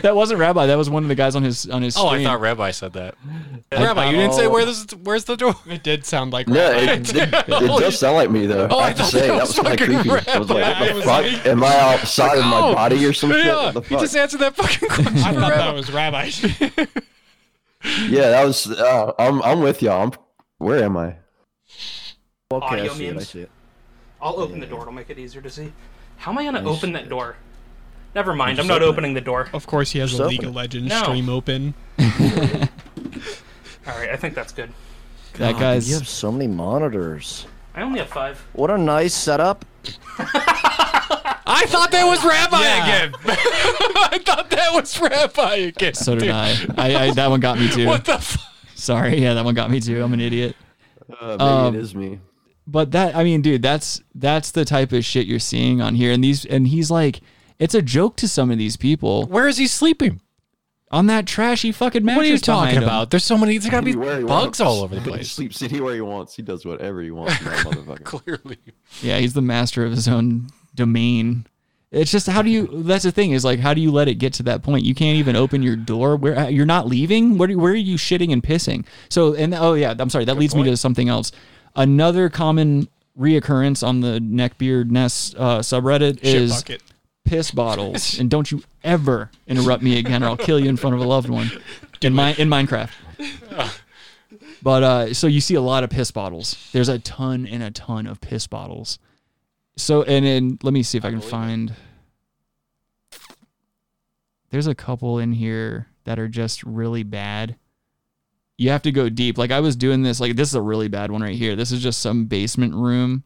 that wasn't Rabbi. That was one of the guys on his on his.
Oh, I
stream.
thought Rabbi said that.
I-
Rabbi, you didn't say
Oh.
where this. Where's the door?
It did sound like
No,
Rabbi.
it, it, it does sound like me though.
Oh,
I
I
have to
thought
say
that
that
was
was kind of
fucking
creepy. I was like,
rap.
what
I
the
was
fuck?
like-
Am I outside of my
Oh,
body or some shit?
yeah,
What the
you
fuck?
just
answered that fucking
question. I thought that was Rabbi.
Yeah, that was. Uh, I'm I'm with y'all. I'm, where am I?
Audio memes. I'll open the door. It'll make it easier to see. How am I gonna
Nice
open that door? Never mind. I'm
Just
not
open it.
opening the door.
Of course, he has
Just
a
open
League
it.
of Legends
No.
stream open.
All right. I think that's good.
That
God,
guy's-
You have so many monitors.
I only have five.
What a nice setup.
I thought that was Rabbi
Yeah.
again. I thought that was Rabbi again.
So did
dude.
I. I, I. That one got me too.
What the? F-
Sorry, yeah, that one got me too. I'm an idiot.
Uh, maybe
Um,
it is me.
But that, I mean, dude, that's that's the type of shit you're seeing on here. And these, and he's like, it's a joke to some of these people
Where is he sleeping?
on that trashy fucking mattress.
What are you talking
behind him.
about? There's so many. There's got to be
Anywhere he
bugs
wants.
all over the
He
place.
sleeps anywhere he wants. He does whatever he wants. that motherfucker.
Clearly.
Yeah, he's the master of his own domain. It's just how do you? That's the thing is like how do you let it get to that point? You can't even open your door. Where uh, you're not leaving? Where where are you shitting and pissing? So and oh yeah, I'm sorry. That leads me to something else. Another common reoccurrence on the neckbeard nest uh, subreddit
Shit
is
bucket.
piss bottles. and don't you ever interrupt me again, or I'll kill you in front of a loved one. In my in Minecraft. But uh, so you see a lot of piss bottles. There's a ton and a ton of piss bottles. So and then let me see if I, can find. There's a couple in here that are just really bad. You have to go deep. Like I was doing this. Like this is a really bad one right here. This is just some basement room.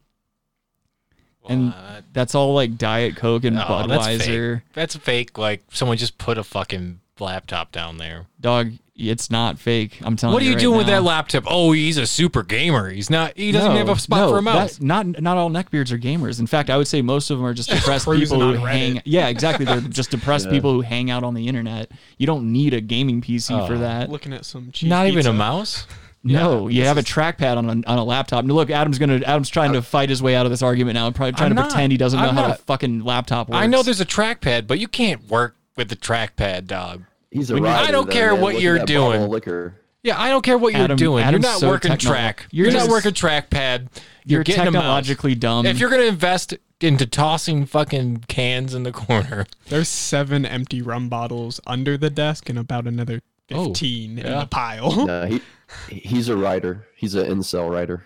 And that's all like Diet Coke and
Oh, that's
Budweiser.
fake. That's fake. Like someone just put a fucking laptop down there.
Dog, it's not fake. I'm telling you.
What are you
right
doing with
now.
that laptop? Oh, he's a super gamer. He's not. He doesn't
No,
have a spot
no,
for a mouse.
that- not not all neckbeards are gamers. In fact, I would say most of them are just depressed
cruising
people who
on Reddit.
hang. Yeah, exactly. They're just depressed
Yeah.
people who hang out on the internet. You don't need a gaming PC for
Oh.
that.
Looking at some cheap
Not even a
pizza.
mouse.
No, you have a trackpad on a, on a laptop. Now look, Adam's gonna Adam's trying to fight his way out of this argument now. Probably trying
I'm
to
not.
pretend he doesn't know
I'm
how to
not.
fucking laptop works.
I know there's a trackpad, but you can't work with the trackpad, dog.
He's a
When you-
rider,
I don't
though,
care
man.
what
Look at
you're
that bottle of
doing.
Liquor.
Yeah, I don't care what you're
Adam-
doing.
Adam's
you're not
so
working
techno-
track.
you're
You're,
just-
not working trackpad. You're,
you're
getting a mouse.
technologically dumb.
If you're gonna invest into tossing fucking cans in the corner,
There's seven empty rum bottles under the desk and about another 15 in
yeah.
the pile.
Nah, he, he's a writer. He's an incel writer.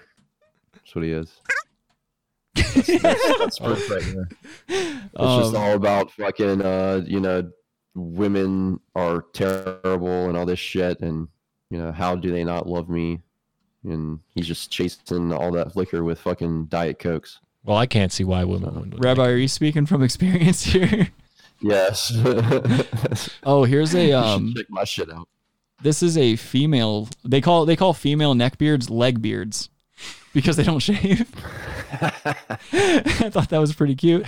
That's what he is. That's, that's, that's perfect. yeah. It's just
Um,
all about fucking, uh, you know, women are terrible and all this shit, and you know, how do they not love me? And he's just chasing all that liquor with fucking diet cokes.
well, I can't see why women would.
Rabbi, are you speaking from experience here?
Yes.
Oh, here's a
You should
um.
check my shit out.
This is a female. They call they call female neckbeards leg beards because they don't shave. I thought that was pretty cute.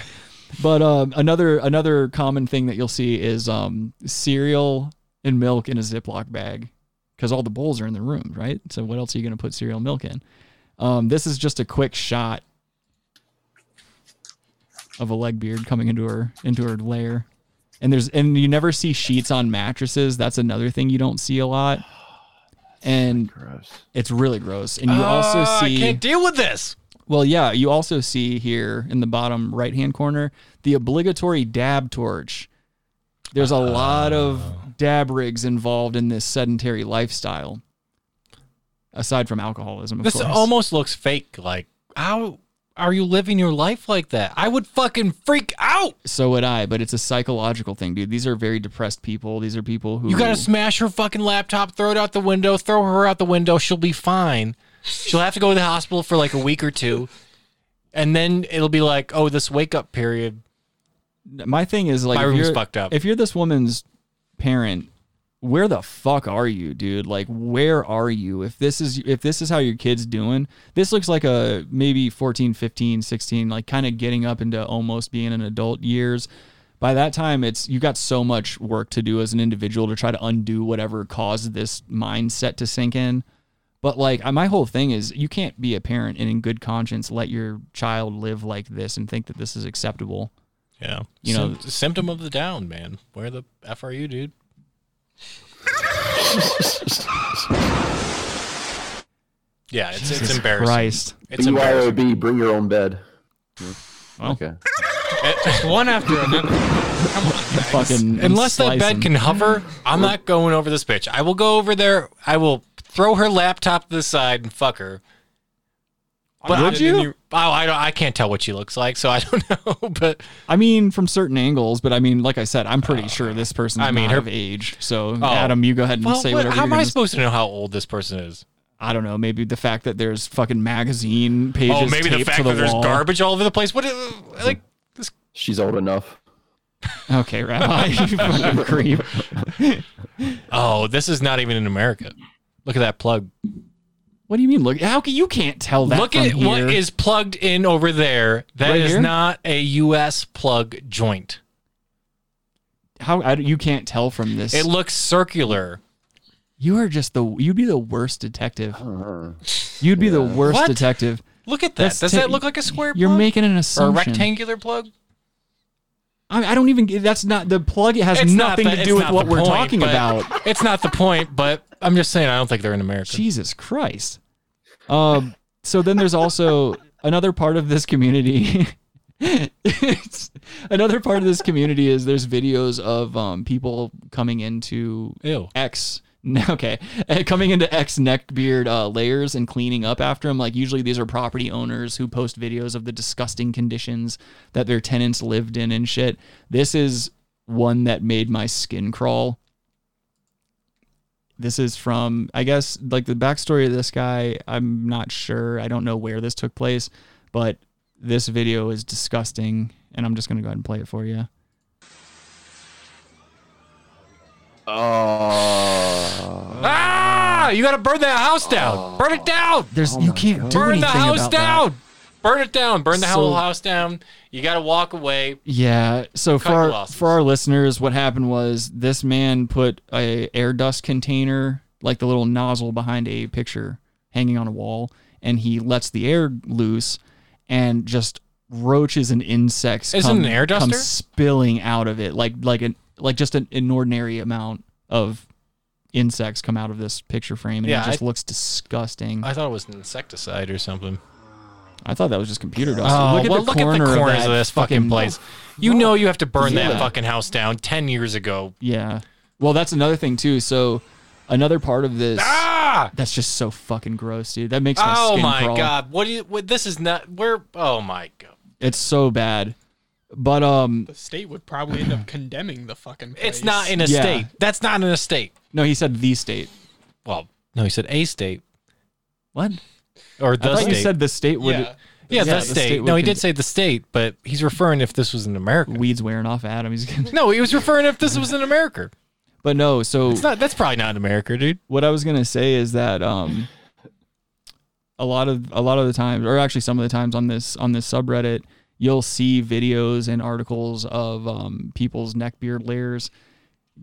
But um, another another common thing that you'll see is um, cereal and milk in a Ziploc bag because all the bowls are in the room, right? So what else are you going to put cereal and milk in? Um, this is just a quick shot of a leg beard coming into her into her lair. And there's and you never see sheets on mattresses. That's another thing you don't see a lot. And it's really gross. And you also
Ah,
see
I can't deal with this.
well, yeah, you also see here in the bottom right hand corner the obligatory dab torch. There's a lot
Oh.
of dab rigs involved in this sedentary lifestyle. Aside from alcoholism, of
This
course.
almost looks fake. Like, how are you living your life like that? I would fucking freak out.
so would I, but it's a psychological thing, dude. These are very depressed people. These are people who
You gotta smash her fucking laptop, throw it out the window, throw her out the window. She'll be fine. She'll have to go to the hospital for like a week or two, and then it'll be like, oh, this wake up period.
my thing is like
My
if
room's
you're,
fucked up.
If you're this woman's parent, where the fuck are you, dude? Like where are you? If this is if this is how your kid's doing, this looks like a maybe 14, 15, 16, like kind of getting up into almost being an adult years. By that time, it's you got so much work to do as an individual to try to undo whatever caused this mindset to sink in. But like I- my whole thing is you can't be a parent and in good conscience let your child live like this and think that this is acceptable.
Yeah,
You know-
Sympt- symptom of the down, man. Where the f are you, dude? yeah, it's it's
Jesus
embarrassing.
Christ.
It's embarrassing.
BYOB, bring your own bed. okay.
Just one after another. Come on, guys.
Fucking
Unless that
slice
bed
them.
can hover, I'm not going over this bitch. I will go over there. I will throw her laptop to the side and fuck her. But
Would
I,
you?
Oh, I don't. I can't tell what she looks like, so I don't know. But
I mean, from certain angles, but I mean, like I said, I'm pretty sure this person's
Oh. I mean,
not
her-
of age. So,
Oh.
Adam, you go ahead and
Well,
say
what-
whatever.
how
you're
am
gonna
I
s-
supposed to know how old this person is?
I don't know. Maybe the fact that there's fucking magazine pages.
oh, maybe the
taped
fact
to the
that there's
wall.
garbage all over the place. What? is- Like,
She's old enough.
Okay, Rabbi, you fucking creep.
oh, this is not even in America. Look at that plug.
What do you mean? Look, how can you can't tell that?
Look
from
at what
here?
is plugged in over there. That is
Right here?
not a U.S. plug joint.
how I, you can't tell from this.
It looks circular.
you are just the. You'd be the worst detective. You'd be the worst
What?
detective.
Look at that.
That's
Does
ta-
that look like a square?
You're
plug?
making an assumption.
Or a rectangular plug?
I, I don't even. get- That's not the plug. It has
It's not
nothing
the-
to
it's
do with
not
what
the
we're
point,
talking
but-
about.
It's not the point, but I'm just saying I don't think they're in America.
Jesus Christ. Um, so then there's also another part of this community. It's- another part of this community is there's videos of um, people coming into
Ew.
X. Okay, coming into X neckbeard uh, layers and cleaning up after them. Like usually these are property owners who post videos of the disgusting conditions that their tenants lived in and shit. This is one that made my skin crawl this is from i guess like the backstory of this guy i'm not sure i don't know where this took place but this video is disgusting and i'm just going to go ahead and play it for you
Oh.
Ah! You got to burn that house down. burn it down.
There's- Oh you my can't God. Oh. do
burn the
anything
house
about that.
down. Burn it down. Burn the
So-
whole house down. You got to walk away.
yeah so
Cut
for
your
our,
losses.
for our listeners what happened was this man put a air dust container like the little nozzle behind a picture hanging on a wall and he lets the air loose and just roaches and insects
Isn't
come-
it an air
come
duster?
spilling out of it like like an like just an inordinary amount of insects come out of this picture frame and
Yeah,
it just
I-
looks disgusting I,
I thought it was an insecticide or something.
thought that was just computer dust
Oh,
look at
well,
the
look
corner
at the corners
of,
of,
that
this fucking, place. You know you have to burn
Yeah.
that fucking house down 10 years ago.
yeah well that's another thing too so another part of this
Ah!
that's just so fucking gross dude that makes my
Oh
skin
my
crawl.
god. What do you what, this is not where oh my god.
it's so bad but um
The state would probably end up condemning the fucking place.
It's not in a
Yeah.
state. That's not in a state.
no he said the state
Well, no, he said a state
what
or
i
the
thought
state.
you said the state would
Yeah.
yeah, the, state. No, he
would
did say the state, but he's referring if this was in America.
weeds wearing off Adam. He's gonna,
No, he was referring if this was in America.
but no. So
It's not. That's probably not in America, dude.
what I was gonna say is that um, a lot of a lot of the times, or actually some of the times on this on this subreddit, you'll see videos and articles of um, people's neck beard layers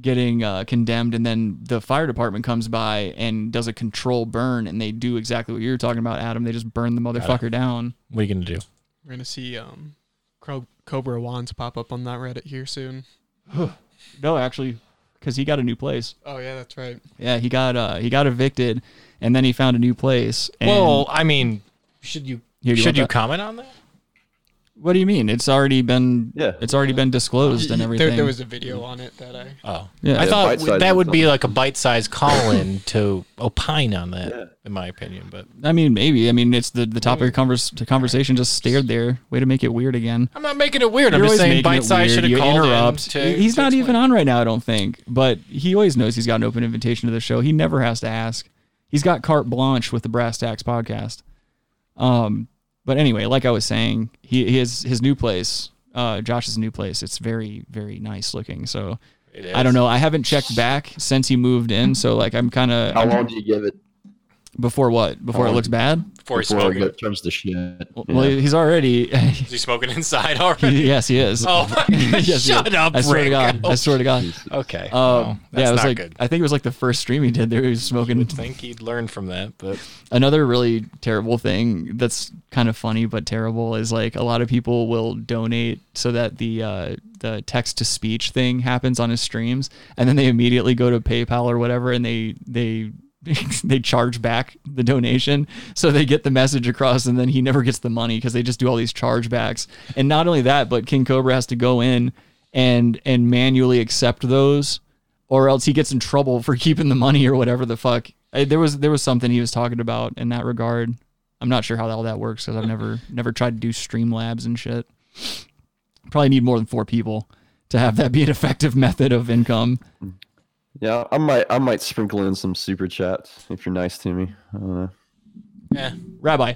getting uh, condemned, and then the fire department comes by and does a control burn, and they do exactly what you're talking about, Adam. They just burn the motherfucker down.
What are you gonna do?
We're gonna see um, Cro- Cobra wands pop up on that Reddit here soon.
No, actually, because he got a new place.
Oh yeah, that's right.
Yeah, he got uh, he got evicted, and then he found a new place. And
well, I mean, should you,
Here, you
should
want
you
that?
comment on that?
What do you mean? It's already been
Yeah.
It's already been disclosed and
There-
everything.
There, was a video on it that I.
Uh,
Oh,
Yeah.
I
Yeah,
thought
bite-sized
that would be
something.
like a bite-sized call-in to opine on that, in my opinion. But
I mean, maybe. I mean, it's the the topic of converse, the conversation just stared there. Way to make it weird again.
I'm not making it weird.
You're
I'm just
always making
saying
it
bite-sized
weird.
should have
You
called
interrupt.
in. To,
he's
to
not
explain.
even on right now, I don't think. But he always knows he's got an open invitation to the show. He never has to ask. He's got carte blanche with the Brass Tacks podcast. Um, but anyway, like I was saying, he his his new place, uh, Josh's new place. It's very very nice looking. So
It
I don't
is.
know. I haven't checked back since he moved in. So like I'm kind of
How long do you give it
Before what? Before it
long?
looks bad?
Before he's
before it
smoking.
go- turns to shit?
Well,
Yeah.
he's already.
Is he smoking inside already?
yes, he is.
Oh my god!
Yes, he
Shut
is.
up,
I swear to
Rick.
God. I swear to God. Um,
Okay. well, that's
yeah, it was
not
like
good.
I think it was like the first stream he did there. He was
I
smoking.
would think he'd learn from that, but
Another really terrible thing that's kind of funny but terrible is like a lot of people will donate so that the uh, the text to speech thing happens on his streams, and then they immediately go to PayPal or whatever, and they they. they charge back the donation so they get the message across and then he never gets the money because they just do all these chargebacks and not only that but king cobra has to go in and and manually accept those or else he gets in trouble for keeping the money or whatever the fuck. Uh, There was there was something he was talking about in that regard. I'm not sure how all that works because I've never never tried to do Streamlabs and shit. Probably need more than four people to have that be an effective method of income.
Yeah, I might I might sprinkle in some super chats if you're nice to me. I don't know. Mm.
Yeah.
Rabbi,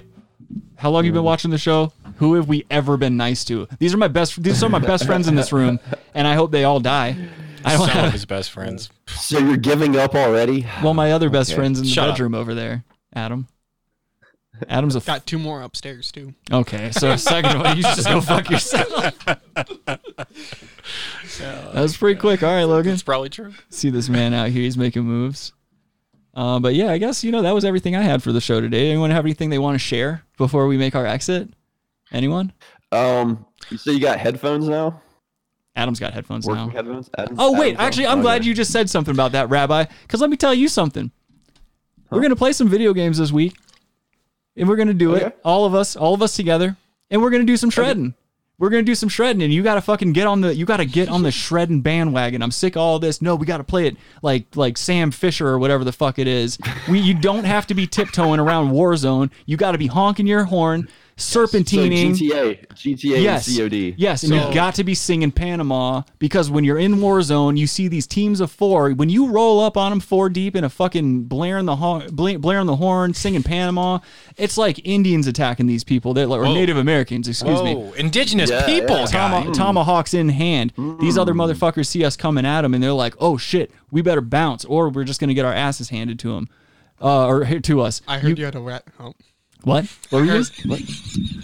how long you been watching the show? Who have we ever been nice to? These are my best. These are my best friends in this room, and I hope they all die. I don't
Some
have
of his best friends.
So you're giving up already?
Well, my other best
Okay.
friends in the
Shut up.
bedroom over there, Adam. Adam's a f-
Got two more upstairs too.
okay. So second one, you just go fuck yourself. That was pretty quick. All right, Logan. It's
probably true.
See this man out here. He's making moves. Uh, but yeah, I guess, you know, that was everything I had for the show today. Anyone have anything they want to share before we make our exit? Anyone?
Um, so you got headphones now?
Adam's got headphones
Working
now.
headphones? Adam's-
Oh, wait.
Adam's on-
Actually, I'm
okay.
glad you just said something about that, Rabbi, because let me tell you something. We're going to play some video games this week, and we're going to do it, all of us, all of us together, and we're going to do some shredding. We're going to do some shredding, and you got to fucking get on the, you got to get on the shredding bandwagon. I'm sick of all this. No, we got to play it like, like Sam Fisher or whatever the fuck it is. We, you don't have to be tiptoeing around Warzone. You got to be honking your horn,
So
serpentining.
GTA, GTA,
Yes.
and COD.
Yes, and you've got to be singing Panama because when you're in war zone, you see these teams of four. When you roll up on them four deep in a fucking blaring the horn, blaring the horn, singing Panama, it's like Indians attacking these people. They're like, or
Whoa.
Native Americans, excuse
Whoa,
me.
indigenous Yeah, people, yeah.
Toma-
guy.
tomahawks in hand. These other motherfuckers see us coming at them, and they're like, "Oh shit, we better bounce, or we're just gonna get our asses handed to them, uh, or to us."
I heard you, had a rat. Oh.
What? What were you? guys- What?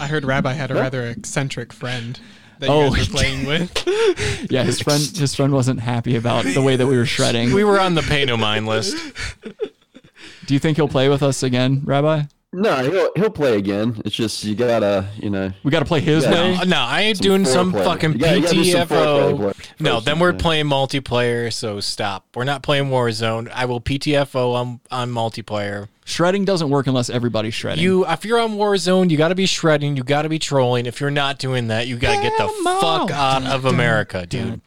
I heard Rabbi had a
What?
rather eccentric friend that
Oh.
you guys were playing with.
Yeah, his friend, his friend wasn't happy about the way that we were shredding.
We were on the pay no mind list.
Do you think he'll play with us again, Rabbi?
No, he'll he'll play again. It's just you gotta, you know.
We gotta play his
you gotta-
No, no, I ain't doing some
foreplay.
fucking
You gotta- you gotta do some foreplay
PTFO.
play-
No,
first,
then we're
yeah.
playing multiplayer, so stop. We're not playing Warzone. I will PTFO on, on multiplayer.
Shredding doesn't work unless everybody's shredding.
You, if you're on Warzone, you got to be shredding. You got to be trolling. If you're not doing that, you got to get the fuck out of America, dude.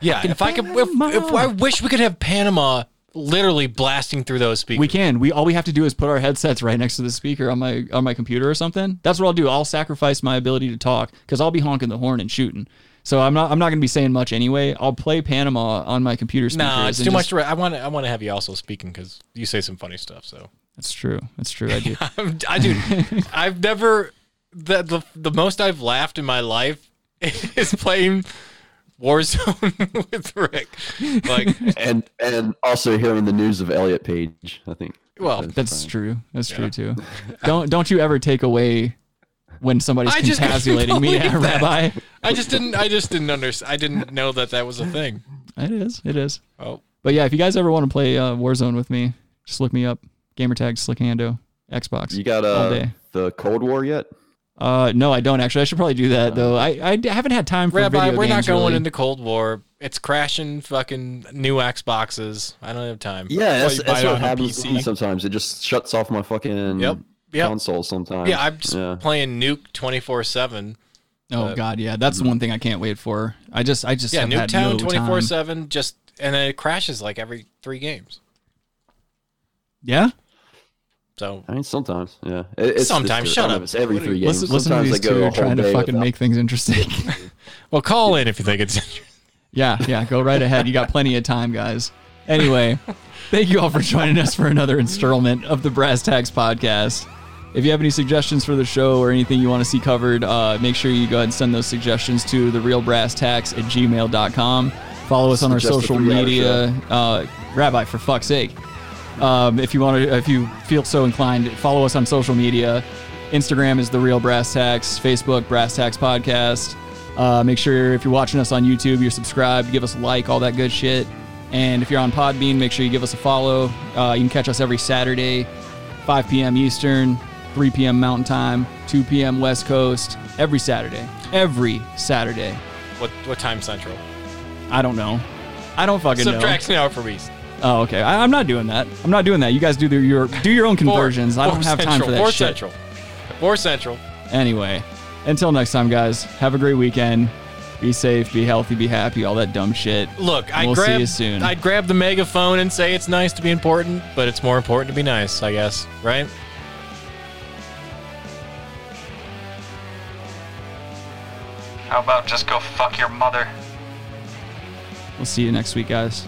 Yeah, if I could, if, if I wish we could have Panama literally blasting through those speakers.
we can. We all we have to do is put our headsets right next to the speaker on my on my computer or something. That's what I'll do. I'll sacrifice my ability to talk because I'll be honking the horn and shooting. So I'm not I'm not gonna be saying much anyway. I'll play Panama on my computer speakers.
Nah, it's
and
too much.
just-
To, re- I want to. I want to have you also speaking because you say some funny stuff. So
That's true. That's true. I do.
I'm, I dude, I've never the, the the most I've laughed in my life is playing Warzone with Rick. Like,
and and also hearing the news of Elliot Page. I think.
well,
That's true. That's true too. Don't don't you ever take away when somebody's
I just couldn't
congratulating me,
believe that.
Rabbi.
I just didn't. I just didn't understand. I didn't know that that was a thing.
It is. It is.
Oh.
But yeah, if you guys ever want to play uh, Warzone with me, just look me up. Gamertag Slickando Xbox.
You got
all
uh,
day.
the Cold War yet? Uh.
Uh, no, I don't actually. I should probably do that though. I, I haven't had time for
Rabbi,
video
we're not
games,
going
really.
into Cold War. It's crashing fucking new Xboxes. I don't have time.
Yeah,
That's
that's,
why
that's
you buy it
what
on a
happens to
PC.
me sometimes. It just shuts off my fucking
Yep, yep.
console sometimes.
Yeah, I'm just playing Nuke twenty four seven.
Oh god, yeah, that's the one thing I can't wait for. I just I just
Yeah,
have had
Nuketown
no
twenty four
time.
seven. Just and then it crashes like every three games.
Yeah.
So
I mean, sometimes, yeah. It- it's
Sometimes,
it's-
shut
I don't
up.
know, It's every
What are
three
you-
games.
Listen, listen to
sometimes
these
I go
two
a whole
trying to
day
fucking
without-
make things interesting.
Well, call in if you think it's.
yeah, yeah, go right ahead. You got plenty of time, guys. Anyway, thank you all for joining us for another installment of the Brass Tags podcast. If you have any suggestions for the show or anything you want to see covered, uh, make sure you go ahead and send those suggestions to therealbrasstax at gmail.com. Follow us on our
Suggest a
social
three-hour
media. Uh, Rabbi, for fuck's sake. Um, if you want to, if you feel so inclined, follow us on social media. Instagram is the Real Brass Tax. Facebook Brass Tax Podcast. Uh, make sure if you're watching us on YouTube, you're subscribed, give us a like, all that good shit. And if you're on Podbean, make sure you give us a follow. Uh, you can catch us every Saturday, 5 p.m. Eastern, 3 p.m. Mountain Time, 2 p.m. West Coast. Every Saturday. Every Saturday.
What what time central?
I don't know. I don't fucking know.
Subtracts an hour from east.
Oh, okay. I, I'm not doing that. I'm not doing that. You guys do the, your do your own conversions. I
Four
don't have time
central,
for that
four
shit.
central. Four central.
Anyway, until next time, guys. Have a great weekend. Be safe. Be healthy. Be happy. All that dumb shit.
Look, I
We'll see
grab
you soon.
I'd grab the megaphone and say it's nice to be important, but it's more important to be nice, I guess, right?
How about just go fuck your mother?
Uh,
We'll see you next week, guys.